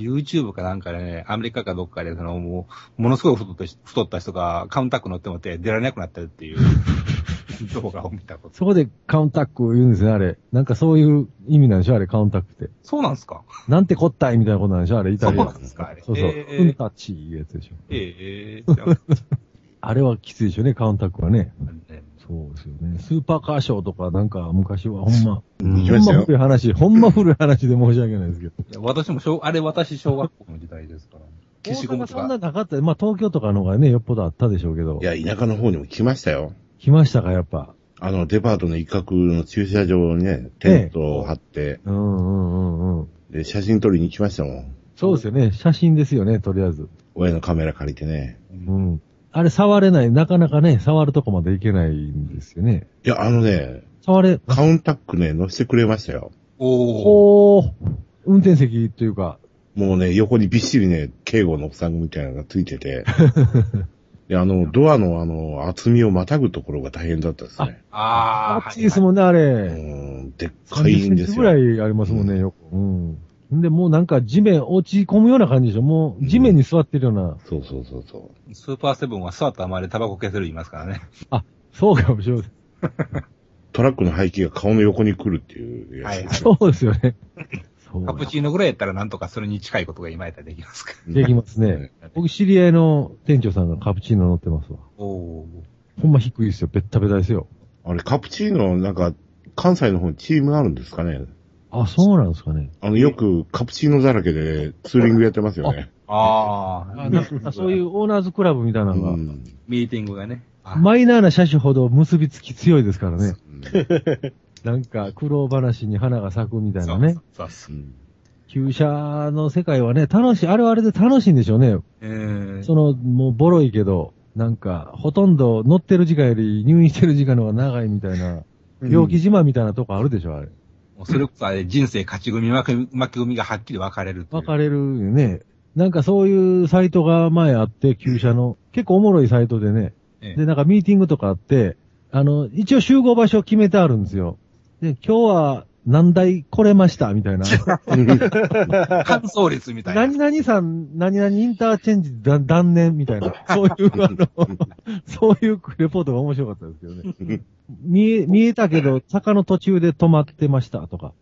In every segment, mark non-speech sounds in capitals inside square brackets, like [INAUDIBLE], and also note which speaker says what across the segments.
Speaker 1: YouTube かなんかでね、アメリカかどっかで、その、もう、ものすごい太った太った人がカウンタック乗ってもって出られなくなってるって
Speaker 2: [LAUGHS]
Speaker 1: いう動画を見たこと。
Speaker 2: そこでカウンタック言うんですね、あれ。なんかそういう意味なんでしょ、あれ、カウンタックって。
Speaker 1: そうなんすか
Speaker 2: なんてこったいみたいなことなんでしょ、あれ、イタリ
Speaker 1: そう
Speaker 2: ア
Speaker 1: な。んですかあれ
Speaker 2: そうそう。
Speaker 1: えー
Speaker 2: うんたちいうやつでしょ。
Speaker 1: ええー、じゃあ
Speaker 2: あれはきついでしょうね、カウンタックはね。
Speaker 1: ね
Speaker 2: そうですよね。スーパーカーショーとかなんか昔はほんま、
Speaker 3: 行き
Speaker 2: ほ
Speaker 3: ま
Speaker 2: ん
Speaker 3: した
Speaker 2: ま
Speaker 3: よ。
Speaker 2: 古い話、ほんま古い話で申し訳ないですけど。
Speaker 1: いや私も小、あれ私小学校の時代ですから。消しゴムと
Speaker 2: 大阪そんな
Speaker 1: か。
Speaker 2: なかった。まあ東京とかの方がね、よっぽどあったでしょうけど。
Speaker 3: いや、田舎の方にも来ましたよ。
Speaker 2: 来ましたか、やっぱ。
Speaker 3: あの、デパートの一角の駐車場にね、テントを張って、
Speaker 2: うんうんうんうん。
Speaker 3: で、写真撮りに行きましたもん。
Speaker 2: そうですよね。写真ですよね、とりあえず。
Speaker 3: 親のカメラ借りてね。
Speaker 2: うん。あれ触れない。なかなかね、触るとこまでいけないんですよね。
Speaker 3: いや、あのね、
Speaker 2: 触れ、
Speaker 3: カウンタックね、乗せてくれましたよ。
Speaker 1: おお。
Speaker 2: おー、運転席というか、
Speaker 3: もうね、横にびっしりね、警護のおっさんみたいなのがついてて。で、あの、ドアのあの、厚みをまたぐところが大変だったですね。
Speaker 1: ああ。
Speaker 2: あっちですもんね、あ
Speaker 3: う
Speaker 2: れ。
Speaker 3: ん、でっかいん
Speaker 2: 30セ
Speaker 3: で
Speaker 2: ンチ
Speaker 3: す
Speaker 2: ぐら
Speaker 3: よ。
Speaker 2: いありますもんね、よく。うん。んで、もうなんか地面落ち込むような感じでしょもう地面に座ってるような。
Speaker 3: そうそうそうそう。
Speaker 1: スーパーセブンは座ったままでタバコ消せる言いますからね。
Speaker 2: そうかもしれません。
Speaker 3: トラックの排気が顔の横に来るっていうやつですよ。
Speaker 2: そうですよね。そう
Speaker 1: カ。プチーノぐらいやったらなんとかそれに近いことが今やったらできますから。
Speaker 2: できますね。僕知り合いの店長さんがカプチーノ乗ってますわ。
Speaker 1: おお。
Speaker 2: ほんま低いですよ。べったべたですよ。
Speaker 3: あれ、カプチーノ、なんか、関西の方にチームあるんですかね
Speaker 2: あ、そうなんですかね。
Speaker 3: あの、よくカプチーノだらけでツーリングやってますよね。
Speaker 1: ああ。
Speaker 2: そういうオーナーズクラブみたいな
Speaker 3: う
Speaker 2: のが、
Speaker 3: ん。
Speaker 1: ミーティングがね。あ
Speaker 2: マイナーな車種ほど結びつき強いですからね。
Speaker 3: うん
Speaker 2: なんか苦労話に花が咲くみたいなね。。
Speaker 1: そうそう。
Speaker 2: 旧車の世界はね、楽しい、あれはあれで楽しいんでしょうね。
Speaker 1: えー、
Speaker 2: その、もうボロいけど、なんか、ほとんど乗ってる時間より入院してる時間の方が長いみたいな、病気自慢みたいなとこあるでしょ、あれ。
Speaker 1: もうそれこそあれ人生勝ち組、負け負け組がはっきり分かれるっていう。
Speaker 2: 分かれるよね。なんかそういうサイトが前あって、旧車の、結構おもろいサイトでね、
Speaker 1: ええ
Speaker 2: で、なんかミーティングとかあって、あの、一応集合場所決めてあるんですよ。で、今日は何台来れましたみたいな。
Speaker 1: 感想率みたいな。
Speaker 2: 何々さん、何々インターチェンジだ断念みたいな。そういう、あの、そういうレポートが面白かったですけどね。見え、見えたけど、坂の途中で止まってましたとか、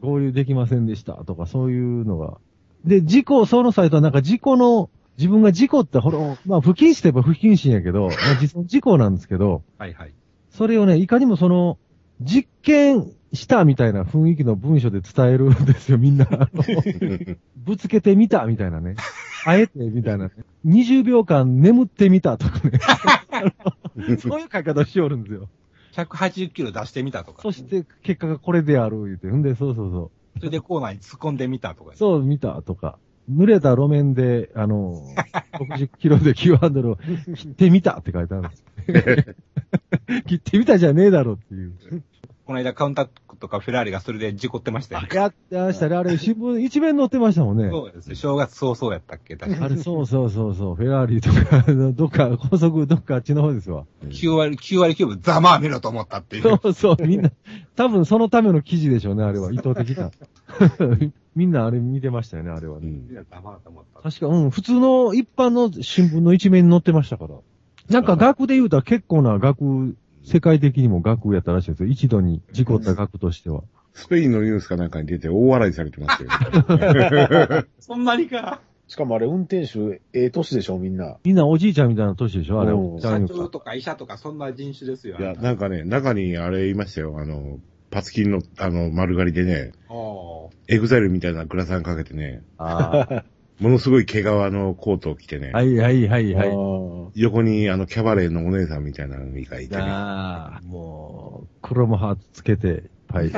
Speaker 2: 合流できませんでしたとか、そういうのが。で、事故、そのサイトはなんか事故の、自分が事故って、ほら、まあ不謹慎といえば不謹慎やけど、まあ実際事故なんですけど、
Speaker 1: はいはい。
Speaker 2: それをね、いかにもその、実験したみたいな雰囲気の文章で伝えるんですよ、み
Speaker 1: [LAUGHS]
Speaker 2: んな。あのぶつけてみたみたいなね。あえてみたいな、ね。20秒間眠ってみたとか
Speaker 1: [LAUGHS]
Speaker 2: ね。そういう書き方をしおるんですよ。
Speaker 1: 180キロ出してみたとか
Speaker 2: そ。して結果がこれである言うて。んで、そうそうそ
Speaker 1: それでコーナーに突っ込んでみたとか
Speaker 2: う。。そう見たとか。濡れた路面で、
Speaker 1: [LAUGHS]
Speaker 2: あの、60キロで急ハンドルを切ってみたって書いてあるんです。
Speaker 1: [LAUGHS]
Speaker 2: 切ってみたじゃねえだろっていう。
Speaker 1: この間カウンタックとかフェラーリがそれで事故ってましたよね。
Speaker 2: やってましたね。あれ、新聞一面載ってましたもんね。
Speaker 1: そうですね。正月早々やったっけ確か
Speaker 2: あれ、そうそうそうそう。フェラーリとか、あのどっか、高速、どっかあっちの方ですわ。
Speaker 1: 9割、9割9分ざまあ見ろと思ったっていう。
Speaker 2: そうそう、みんな、多分そのための記事でしょうね、あれは。意図的な。 [LAUGHS] みんなあれ見てましたよね、あれは
Speaker 3: う
Speaker 2: ね。
Speaker 3: ん
Speaker 1: ざまあと思った。
Speaker 2: 確か、うん、普通の一般の新聞の一面に載ってましたから。なんか額で言うと結構な額、世界的にも額やったらしいですよ。一度に事故った額としては。
Speaker 3: スペインのニュースかなんかに出て大笑いされてますよ。
Speaker 1: そんなにか。
Speaker 4: しかもあれ運転手、ええ年でしょ、みんな。
Speaker 2: みんなおじいちゃんみたいな年でしょ、あれ。
Speaker 4: うん
Speaker 2: 男
Speaker 1: 社
Speaker 2: 優
Speaker 1: 長
Speaker 2: か
Speaker 1: とか医者とかそんな人種ですよ。
Speaker 3: いや、なんかね、中にあれいましたよ。あの、パツキンの、あの、丸刈りでね、
Speaker 1: おー
Speaker 3: エグザイルみたいなグラサンかけてね、
Speaker 2: あ
Speaker 3: ものすごい毛皮のコートを着てね、
Speaker 2: ーはいはいはいはい。
Speaker 4: い。
Speaker 3: 横にあの、キャバレーのお姉さんみたいなのがいてね、
Speaker 2: ああ、もう、クロムハーツつけて、パ
Speaker 1: [LAUGHS]
Speaker 2: イ。ね。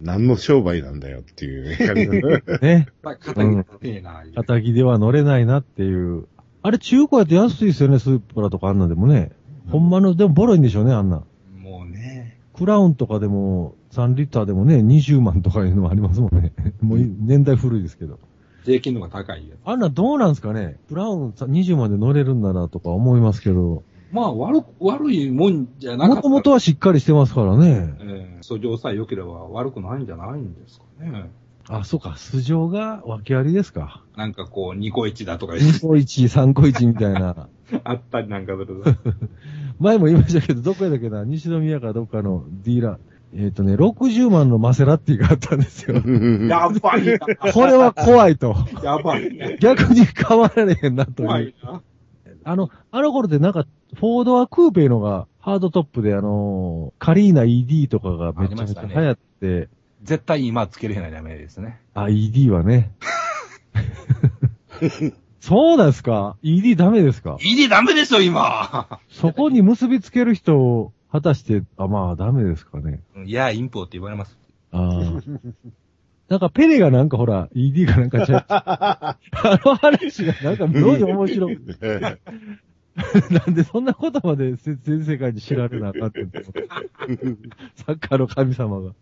Speaker 3: 何の商売なんだよっていう感じの
Speaker 2: [LAUGHS] ね。
Speaker 1: まあ、肩に立てえな。
Speaker 2: 叩きでは乗れないなっていう。あれ、中古やと安いですよね、スープラとかあんなんでもね。ほんまの、でもボロいんでしょうね、あんな。
Speaker 1: もうね。
Speaker 2: クラウンとかでも、3リッターでもね、20万とかいうのもありますもんね。 [LAUGHS] もうい年代古いですけど。
Speaker 1: 税金の方が高いやつ。
Speaker 2: あんなどうなんすかねクラウンさ20万で乗れるんだなとか思いますけど。
Speaker 1: まあ、悪く、悪いもんじゃなか
Speaker 2: も
Speaker 1: った。
Speaker 2: ともとはしっかりしてますからね。
Speaker 1: えー、訴状さえ良ければ悪くないんじゃないんですかね。
Speaker 2: あ、そうか、素性が訳ありですか。
Speaker 1: なんかこう、2個1だとか
Speaker 2: 2個1、3個1みたいな。
Speaker 1: あったりなんかする。
Speaker 2: 前も言いましたけど、どこやだっけな、西宮かどっかのディーラー。えっ、とね、60万のマセラティがあったんです
Speaker 3: [LAUGHS]
Speaker 2: よ。
Speaker 1: やばいな。
Speaker 2: これは怖いと。
Speaker 1: やばいな。
Speaker 2: 逆に変わられへんなという。
Speaker 1: 怖いな。
Speaker 2: あの、あの頃ってなんか、フォードはクーペのがハードトップで、あのーカリーナ ED とかがめちゃめちゃ流行って、
Speaker 1: 絶対今つけれへんのはダメですね。
Speaker 2: あ、ED はね。そうなんですか ?ED ダメですか
Speaker 1: ED ダメでしょ、今
Speaker 2: そこに結びつける人を、果たして、あ、まあダメですかね。
Speaker 1: いや、インポって言われます。
Speaker 2: ああ。 [LAUGHS] なんかペレがなんかほら、ED がなんか [LAUGHS] ちゃう、あの話がなんか妙に面白い。 [LAUGHS] なんでそんなことまでせ全世界に知られなあかった [LAUGHS] んですかサッカーの神様が。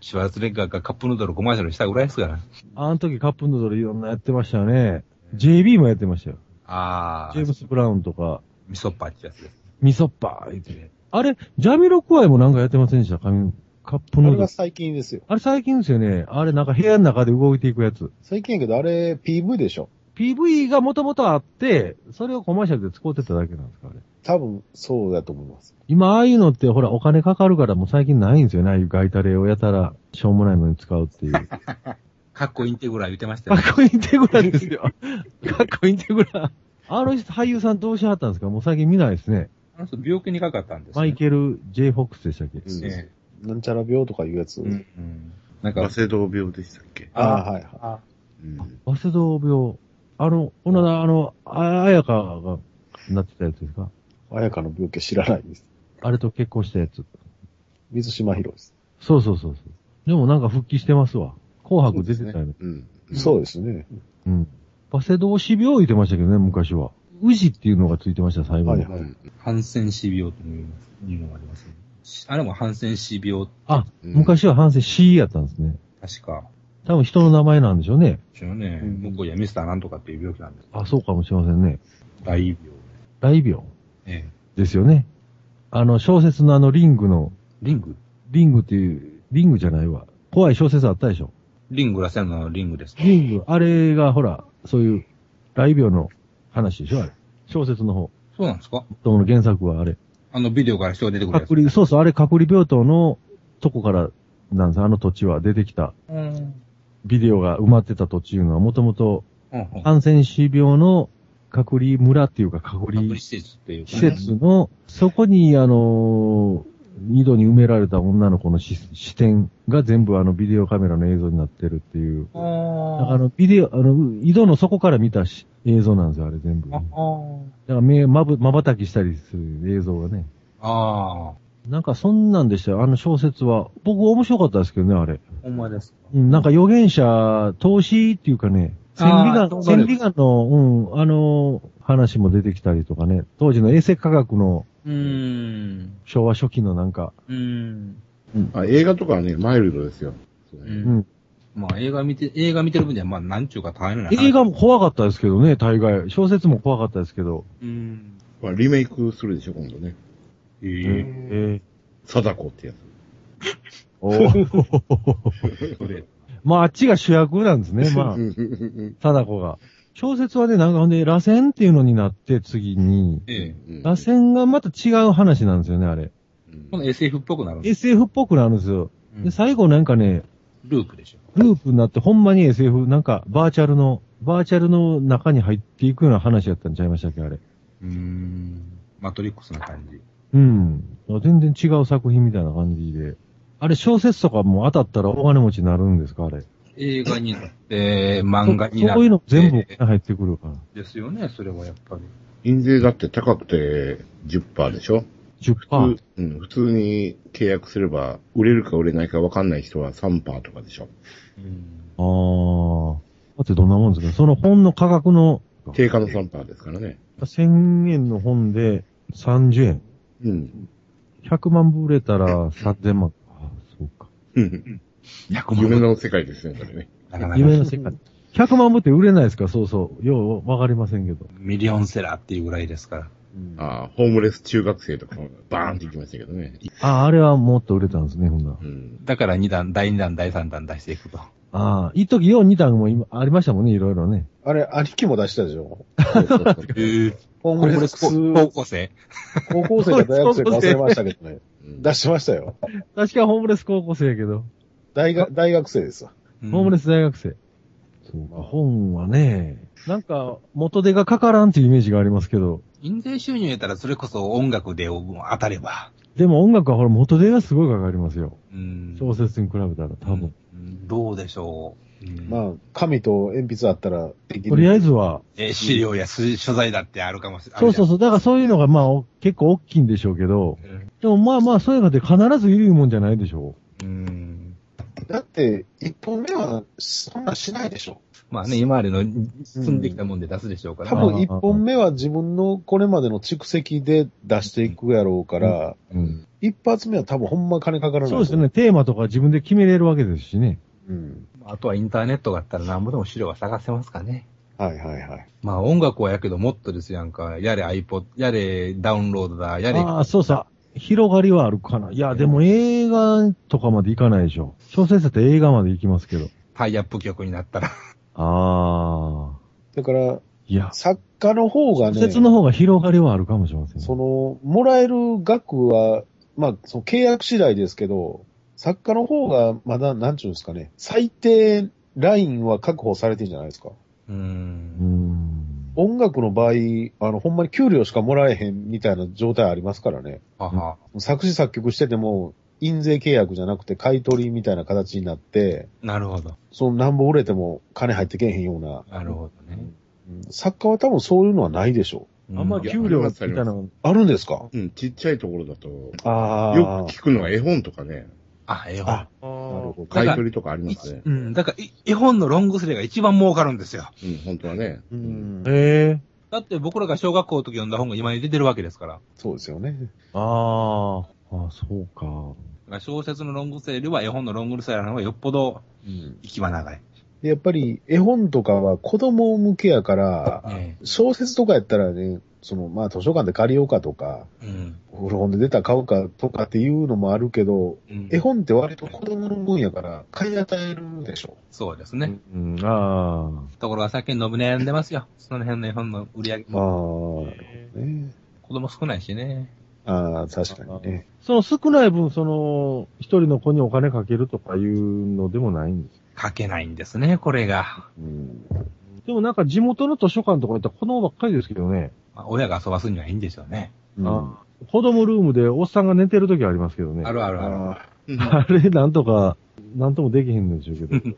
Speaker 1: シュワルツレッガーがカップヌードルコマーシャルしたぐらいですから。
Speaker 2: あの時カップヌードルいろんなやってましたよね。JB もやってましたよ。
Speaker 1: あ
Speaker 2: ジェーム
Speaker 1: ー、
Speaker 2: ス・ブラウンとか、
Speaker 1: ミソッパーってやつです。
Speaker 2: ミソッパー言って。あれ、ジャミロクワイもなんかやってませんでした神カップ
Speaker 4: あ
Speaker 2: ヌ
Speaker 4: れ
Speaker 2: ード
Speaker 4: が
Speaker 2: ル。
Speaker 4: 最近ですよ。
Speaker 2: あれ最近ですよね。あれなんか部屋の中で動いていくやつ。
Speaker 4: 最近やけど、あれ PV でしょ。
Speaker 2: PV がもともとあって、それをコマーシャルで使ってただけなんですかあれ。
Speaker 4: 多分、そうだと思います。
Speaker 2: 今ああいうのってほらお金かかるからもう最近ないんですよね。ああいうガイタレをやたらしょうもないのに使うって [LAUGHS] いう。か
Speaker 1: かっこいいってぐらい言ってましたよね。
Speaker 2: っこいいインテグラですよ。 [LAUGHS] かっこいいインテグラ。あの人俳優さんどうしはったんですかもう最近見ないですね。
Speaker 1: あの人病気にかかったんです、ね。
Speaker 2: マイケル・ J ・フォックスでしたっけ
Speaker 4: うん
Speaker 1: え
Speaker 4: なんちゃら病とかいうやつ。
Speaker 1: えうん。なんか
Speaker 3: バ、セドウ病でしたっけ、
Speaker 4: ああ、はいはい。
Speaker 1: あ
Speaker 3: うん、
Speaker 2: 早稲田病。あの、この間、あの、ああやかがなってたやつですか
Speaker 4: あやかの病気知らないです。
Speaker 2: あれと結婚したやつ。
Speaker 4: 水島博です。
Speaker 2: そうそうそうそう。でもなんか復帰してますわ。紅白出てたよね。
Speaker 3: うん。
Speaker 4: そうですね。
Speaker 2: うん。バセドウ死病言ってましたけどね、昔は。宇治っていうのがついてました、最後に。
Speaker 4: はい
Speaker 3: うん。
Speaker 1: ハンセン死病というのがあります、ね。あれもハンセン死病、
Speaker 2: あ、
Speaker 3: うん
Speaker 2: 昔は反省 C やったんですね。
Speaker 1: 確か。
Speaker 2: 多分人の名前なんでしょうね。
Speaker 1: 一応ね、
Speaker 4: うん
Speaker 1: 向こうやミスターなんとかっていう病気なんです。
Speaker 2: あ、そうかもしれませんね。
Speaker 1: 大病。
Speaker 2: 大病
Speaker 1: ええ。
Speaker 2: ですよね。あの、小説のあのリングの、
Speaker 1: リング
Speaker 2: リングっていう、リングじゃないわ。怖い小説あったでしょ。
Speaker 1: リングらせんのリングです。
Speaker 2: リング、あれがほら、そういう、雷病の話でしょあれ。小説の方。
Speaker 1: そうなんですか
Speaker 2: その原作はあれ。
Speaker 1: あのビデオから人が出てくるやつ
Speaker 2: 隔。離、そうそう、あれ隔離病棟のとこから、なんですあの土地は出てきた。
Speaker 1: うん。
Speaker 2: ビデオが埋まってた土地いうのは、もともと、
Speaker 1: うん。隔
Speaker 2: 感染死病の隔離村っていうか隔離
Speaker 1: 離施設っていうか、
Speaker 2: 施
Speaker 1: ね。
Speaker 2: 設の、そこに、あのー、二度に埋められた女の子の視視点が全部あのビデオカメラの映像になってるっていう。
Speaker 1: あ
Speaker 2: だからあ
Speaker 1: ー
Speaker 2: の、ビデオ、あの、井戸の底から見たし映像なんですよ、あれ全部。だ
Speaker 1: あ
Speaker 2: か
Speaker 1: ー。
Speaker 2: ら目、まぶ、瞬きしたりする映像がね。
Speaker 1: ああ。
Speaker 2: なんかそんなんでしたよ、あの小説は。僕面白かったですけどね、あれ。
Speaker 1: ほんまですか。
Speaker 2: うん、なんか予言者、投資っていうかね、千里
Speaker 1: あー
Speaker 2: 眼、
Speaker 1: そう
Speaker 2: 千
Speaker 1: です
Speaker 2: 里眼の、うん、あの、話も出てきたりとかね、当時の衛星科学の
Speaker 1: うーん。
Speaker 2: 昭和初期のなんか、
Speaker 1: うーん。
Speaker 3: あ映画とかはね、マイルドですよ。そう
Speaker 1: う
Speaker 3: ね
Speaker 1: ん。まあ映画見て、映画見てる分には、まあなんちゅうか大変な。
Speaker 2: 映画も怖かったですけどね、大概。小説も怖かったですけど。
Speaker 1: うん。
Speaker 3: まあ、リメイクするでしょ、今度ね。
Speaker 1: え
Speaker 2: え
Speaker 1: え
Speaker 2: え
Speaker 3: 貞子ってやつ。
Speaker 2: おー [LAUGHS]
Speaker 1: それ。
Speaker 2: まあ、あっちが主役なんで
Speaker 1: [LAUGHS]
Speaker 2: すね、まあ
Speaker 3: う、んうんうん
Speaker 2: 貞子が。小説はね、なんかほんで、螺旋っていうのになって、次に。
Speaker 1: ええ。
Speaker 3: うん
Speaker 2: 螺旋がまた違う話なんですよね、あれ。
Speaker 1: この SF っぽくなるんです
Speaker 2: SF っぽくなるんですよ。
Speaker 1: うん
Speaker 2: で、最後なんかね、
Speaker 1: ループでしょ。
Speaker 2: ループになって、ほんまに SF、なんか、バーチャルの、バーチャルの中に入っていくような話やったんちゃいましたっけ、あれ。
Speaker 1: うーん。マトリックスな感じ。
Speaker 2: うん。全然違う作品みたいな感じで。あれ、小説とかも当たったら大金持ちになるんですか、あれ。
Speaker 1: 映画になって、漫画になって。
Speaker 2: そういうの全部入ってくるから。
Speaker 1: ですよね、それはやっぱり。
Speaker 3: 印税だって高くて10%でしょ
Speaker 2: 10%。
Speaker 3: うん、普通に契約すれば、売れるか売れないか分かんない人は3%とかでしょ。
Speaker 1: うん。
Speaker 2: あー。だってどんなもんですかその本の価格の、
Speaker 3: 定価の3%ですからね。
Speaker 2: 1000円の本で30円。
Speaker 3: うん。
Speaker 2: 100万部売れたら3000万。あーそうか。
Speaker 3: うん
Speaker 1: 100
Speaker 3: 夢
Speaker 1: 万
Speaker 3: の世界ですね、それね。
Speaker 1: なかなか
Speaker 2: 夢の世 [LAUGHS] 界。100万部って売れないですかそうそう。ようわかりませんけど。
Speaker 1: ミリオンセラーっていうぐらいですから。
Speaker 4: うん
Speaker 3: ああ、ホームレス中学生とかもバーンって行きましたけどね。
Speaker 2: ああ、あれはもっと売れたんですね、ほんなら [LAUGHS]
Speaker 3: う。ん。
Speaker 1: だから2段、第2弾、第3弾出していくと。
Speaker 2: ああ、一時4、2弾も今ありましたもんね、いろいろね。
Speaker 4: あれ、兄貴も出したでしょ
Speaker 1: えー、
Speaker 4: コン
Speaker 1: コ
Speaker 4: プ
Speaker 1: ン
Speaker 4: レ
Speaker 1: プレ
Speaker 4: ッ
Speaker 1: ックス高
Speaker 4: ク
Speaker 1: 校生
Speaker 4: ス、高校生か大学生か忘れましたけどね。 [LAUGHS] 出しましたよ。
Speaker 2: 確かホームレス高校生やけど、
Speaker 4: 大学、大学生ですわ。
Speaker 2: ホームレ
Speaker 1: ス。
Speaker 2: ス大学生。そうか、本はね、なんか元手がかからんっていうイメージがありますけど、
Speaker 1: 印税収入やったらそれこそ音楽で当たれば。
Speaker 2: でも音楽はほら元手がすごいかかりますよ。
Speaker 1: うん
Speaker 2: 小説に比べたら多
Speaker 1: う
Speaker 2: 分。
Speaker 1: んどうでしょう。うん
Speaker 4: まあ、紙と鉛筆あったらできる。
Speaker 2: とりあえずは、
Speaker 1: えー資料やす所在だってあるかもしれない。
Speaker 2: そうそう
Speaker 1: う。
Speaker 2: そう、だからそういうのがまあお結構大きいんでしょうけど、
Speaker 1: うん
Speaker 2: でもまあまあそういうのって必ずいるもんじゃないでしょ
Speaker 1: うん。
Speaker 4: だって、一本目はそんなしないでしょ。
Speaker 1: まあね、今までの積んできたもんで出すでしょうから。
Speaker 4: 多分一本目は自分のこれまでの蓄積で出していくやろうから、
Speaker 1: うん。
Speaker 4: 一発目は多分ほんま金かから
Speaker 2: う。
Speaker 4: ない。
Speaker 2: そうですよ。ね、テーマとか自分で決めれるわけですしね。
Speaker 4: うん。
Speaker 1: あとはインターネットがあったら何ぼでも資料は探せますかね。
Speaker 4: はいはいはい。
Speaker 1: まあ音楽はやけどもっとですやんか。やれ iPod、やれダウンロードだ、やれ。
Speaker 2: ああ、そうさ。広がりはあるかな。いや、でも映画とかまで行かないでしょ。小説だって映画まで行きますけど。
Speaker 1: タイアップ曲になったら。
Speaker 2: ああ。
Speaker 4: だから、
Speaker 2: いや、
Speaker 4: 作家の方が
Speaker 2: 小
Speaker 4: ね、
Speaker 2: 説の方が広がりはあるかもしれませんね。
Speaker 4: その、もらえる額は、まあ、その契約次第ですけど、作家の方がまだ、なんちゅうんですかね、最低ラインは確保されてんじゃないですか。
Speaker 1: う
Speaker 2: うー
Speaker 1: ん。
Speaker 2: ん。
Speaker 4: 音楽の場合、あの、ほんまに給料しかもらえへんみたいな状態ありますからね。
Speaker 1: はは。
Speaker 4: 作詞作曲してても、印税契約じゃなくて買い取りみたいな形になって、
Speaker 1: なるほど。
Speaker 4: そのなんぼ売れても金入ってけえへんような。
Speaker 1: なるほどね。
Speaker 4: うん作家は多分そういうのはないでしょ
Speaker 1: う
Speaker 2: あんま
Speaker 3: り
Speaker 2: 給料みたいなの、
Speaker 4: う。あるんですか
Speaker 3: うん、ちっちゃいところだと、よ
Speaker 4: ああ。
Speaker 3: く聞くのは絵本とかね、
Speaker 1: あ、絵本
Speaker 4: あ。、なるほど。
Speaker 3: 買い取りとかありますね
Speaker 1: う。ん。だからい、絵本のロングスレーが一番儲かるんですよ。
Speaker 3: うん、本当はね。
Speaker 4: う。ん。
Speaker 2: ええ
Speaker 1: だって僕らが小学校の時読んだ本が今に出てるわけですから。
Speaker 4: そうですよね。
Speaker 2: ああ。ああ、そう
Speaker 1: だ
Speaker 2: か。
Speaker 1: から小説のロングセールよりは絵本のロングセールの方がよっぽど
Speaker 4: うん。
Speaker 1: 行きは長い。
Speaker 4: でやっぱり絵本とかは子供向けやから、
Speaker 1: え
Speaker 4: 小説とかやったらね、その、まあ図書館で借りようかとか、
Speaker 1: えうん
Speaker 4: 古本で出た買おうかとかっていうのもあるけど、
Speaker 1: うん
Speaker 4: 絵本って割と子供のもんやから、買い与えるでしょ。
Speaker 1: そうですね。
Speaker 2: うん、あ
Speaker 1: ところがさっきのぶ悩んで
Speaker 2: [LAUGHS]
Speaker 1: ますよ。その辺の絵本の売り上げ
Speaker 4: あ
Speaker 1: も。
Speaker 4: あ、ね。
Speaker 1: 子供少ないしね。
Speaker 4: ああ、確かにね。
Speaker 2: あ。その少ない分、その、一人の子にお金かけるとかいうのでもないんです。
Speaker 1: 書けないんですね、これが。
Speaker 4: うん。
Speaker 2: でもなんか地元の図書館とか行ったら子供ばっかりですけどね。
Speaker 1: まあ、親が遊ばすにはいいんでしょうね。
Speaker 4: うん
Speaker 2: あ子供ルームでおっさんが寝てる時ありますけどね。
Speaker 1: あるあるある。
Speaker 4: あ
Speaker 2: あれ、なんとか、なんともできへんのでしょうけど。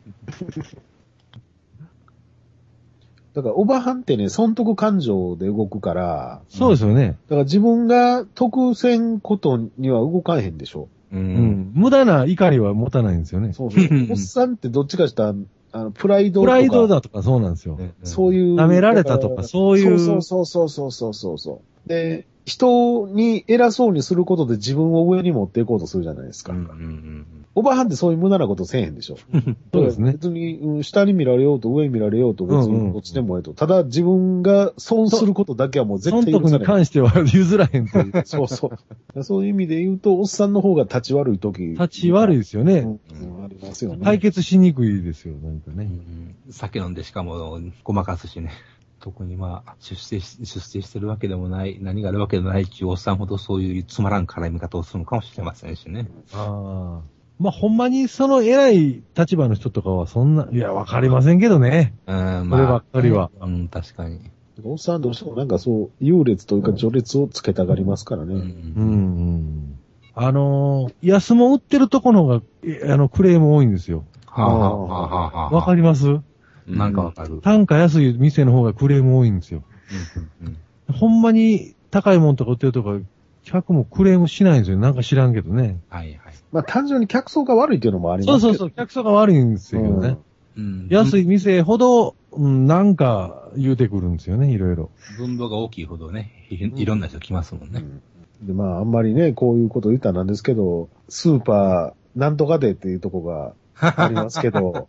Speaker 4: だから、おばはんってね、損得感情で動くから、
Speaker 2: そうですよね。
Speaker 4: だから自分が得せんことには動かへんでしょ。
Speaker 1: う。
Speaker 2: うんん。無駄な怒りは持たないんですよね。
Speaker 4: そうそう
Speaker 1: うん。
Speaker 4: [LAUGHS] おっさんってどっちかしたら、あの、プライド
Speaker 2: プ
Speaker 4: とか。
Speaker 2: ライドだとかそうなんですよ。
Speaker 4: そう
Speaker 1: い
Speaker 4: いう。
Speaker 2: 舐められたとか、そういう。
Speaker 4: そうそうそうそうそうそうそう。で、人に偉そうにすることで自分を上に持っていこうとするじゃないですか。
Speaker 1: うんうんうん
Speaker 4: おばはんってそういう無駄なことせえへんでしょ。
Speaker 2: [LAUGHS] そうですね
Speaker 4: 別に、うん下に見られようと上に見られようと別
Speaker 2: うんう
Speaker 4: に
Speaker 2: ん
Speaker 4: どっちでもええと。ただ自分が損することだけはもう絶
Speaker 2: 損
Speaker 4: 対許
Speaker 2: 得
Speaker 4: さ
Speaker 2: に
Speaker 4: ない。
Speaker 2: 関しては譲らへんという。
Speaker 4: そうそう。そういう意味で言うと、おっさんの方が立ち悪い時。
Speaker 2: 立ち悪いですよ
Speaker 4: う
Speaker 2: ね。
Speaker 4: んうんありますよね。
Speaker 2: 解決しにくいですよ、なんか
Speaker 1: う
Speaker 2: ね。
Speaker 1: ん酒飲んでしかもごまかすしね。特にまあ、出世し、出世してるわけでもない、何があるわけでもないっていうおっさんほどそういうつまらん絡み方をするのかもしれませんしね。
Speaker 2: ああ。まあ、ほんまにその偉い立場の人とかはそんな、いや、わかりませんけどね。
Speaker 1: うん、
Speaker 2: こればっかりは。
Speaker 1: うん、確かに。
Speaker 4: おっさんどうしてもなんかそう、優劣というか序列をつけたがりますから
Speaker 1: う。
Speaker 4: ね。
Speaker 2: うんん。あのー安物売ってるとこの方が、えあの、クレーム多いんですよ。
Speaker 1: はあ、はあ、はあ、はあ。
Speaker 2: わかります
Speaker 1: なんかわかる。
Speaker 2: 単価安い店の方がクレーム多いんですよ。ほんまに高いもんとか売ってるとか、客もクレームしないんですよ。なんか知らんけどね。
Speaker 1: はいはい。
Speaker 4: まあ単純に客層が悪いっていうのもあり
Speaker 2: そ
Speaker 4: ま
Speaker 2: う
Speaker 4: すけ
Speaker 2: そ
Speaker 4: ど。
Speaker 2: うそう、客層が悪いんですよね。
Speaker 1: うん
Speaker 2: 安
Speaker 1: い。
Speaker 2: い店ほど、うん、なんか言うてくるんですよね、いろいろ。
Speaker 1: 分母が大きいほどね、いいろんな人来ますもんね。
Speaker 4: で、まあ、あんまりね、こういうこと言ったらなんですけど、スーパー、なんとかでっていうとこがあります
Speaker 2: [LAUGHS]
Speaker 4: けど、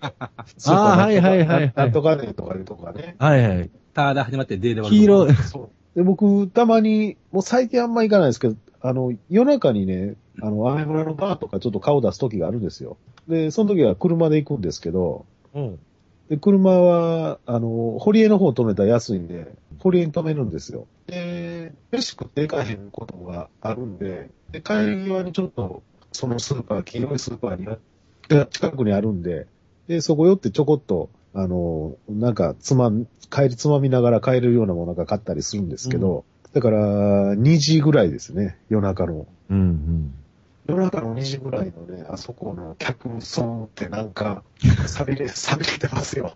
Speaker 4: スーパーなんとか
Speaker 2: はいはいはいはい
Speaker 4: なんとかでとかいうとこがね。
Speaker 2: はいはい。
Speaker 1: ターで始まってデーで
Speaker 2: 黄色い。
Speaker 4: で、僕、たまに、もう最近あんま行かないですけど、あの、夜中にね、あの、アメ村のバーとかちょっと顔出す時があるんですよ。で、その時は車で行くんですけど、
Speaker 2: うん。
Speaker 4: で、車は、あの、堀江の方止めたら安いんで、堀江に止めるんですよ。で、飯食っていかへんことがあるんで、で、帰り際にちょっと、そのスーパー、黄色いスーパーにあが近くにあるんで、で、そこ寄ってちょこっと、あの、なんか、つまん、帰りつまみながら帰れるようなものが買ったりするんですけど、だから、2時ぐらいですね、夜中の。
Speaker 2: うんうん。
Speaker 4: 夜中の2時ぐらいのね、あそこの客層ってなんか、錆びれ、錆びれてますよ。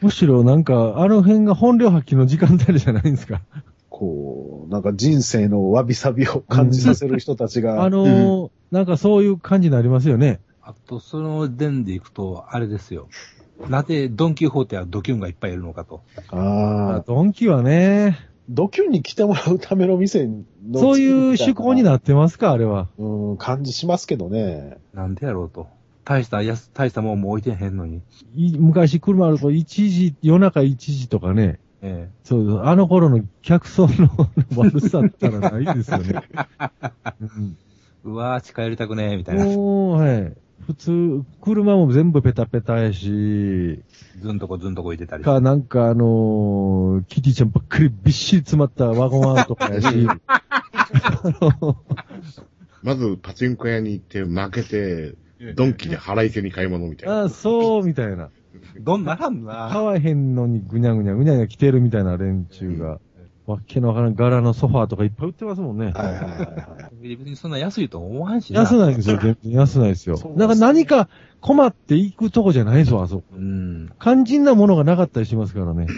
Speaker 2: むしろなんか、あの辺が本領発揮の時間帯じゃないんですか。
Speaker 4: こう、なんか人生のわびさびを感じさせる人たちが、
Speaker 2: あのーなんかそういう感じになりますよね。
Speaker 1: あと、その伝でいくと、あれですよ。なぜ、ドンキホーテはドキュンがいっぱいいるのかと。
Speaker 4: ああ、
Speaker 2: ドンキはね、
Speaker 4: ドキュンに来てもらうための店の、
Speaker 2: そういう趣向に
Speaker 4: る。
Speaker 2: なってますか、あれは。
Speaker 4: うん、感じしますけどね。
Speaker 1: なんでやろうと。大した、やす、大したもんも置いてへんのに。
Speaker 2: い昔車あると1時、夜中1時とかね、
Speaker 1: ええ。
Speaker 2: そうそう、あの頃の客層の悪さったらないですよね。うん
Speaker 1: うわー、近寄りたくねえ、みたいな。
Speaker 2: もう、はい。普通、車も全部ペタペタやし、
Speaker 1: ずんとこずんとこ行ってたり。
Speaker 2: か、なんかあのーキティちゃんばっかりびっしり詰まったワゴンアートとかやし、
Speaker 3: [LAUGHS]
Speaker 2: あの
Speaker 3: まずパチンコ屋に行って負けて、ドンキで腹いせに買い物みたいな。
Speaker 2: あそう、みたいな。
Speaker 1: どんならん
Speaker 2: 買
Speaker 1: な。
Speaker 2: わへんのにぐにゃぐにゃぐにゃぐにゃ来てるみたいな連中が。わけのわからん柄のソファーとかいっぱい売ってますもんね。
Speaker 4: はいはいはいはい。
Speaker 1: 別にそんな安いと思わんしな。
Speaker 2: 安ないんですよ、全然安ないですよ
Speaker 4: そう。ですね
Speaker 2: なんか何か困っていくとこじゃないですわ、あそこ。
Speaker 1: うん。
Speaker 2: 肝心なものがなかったりしますからね。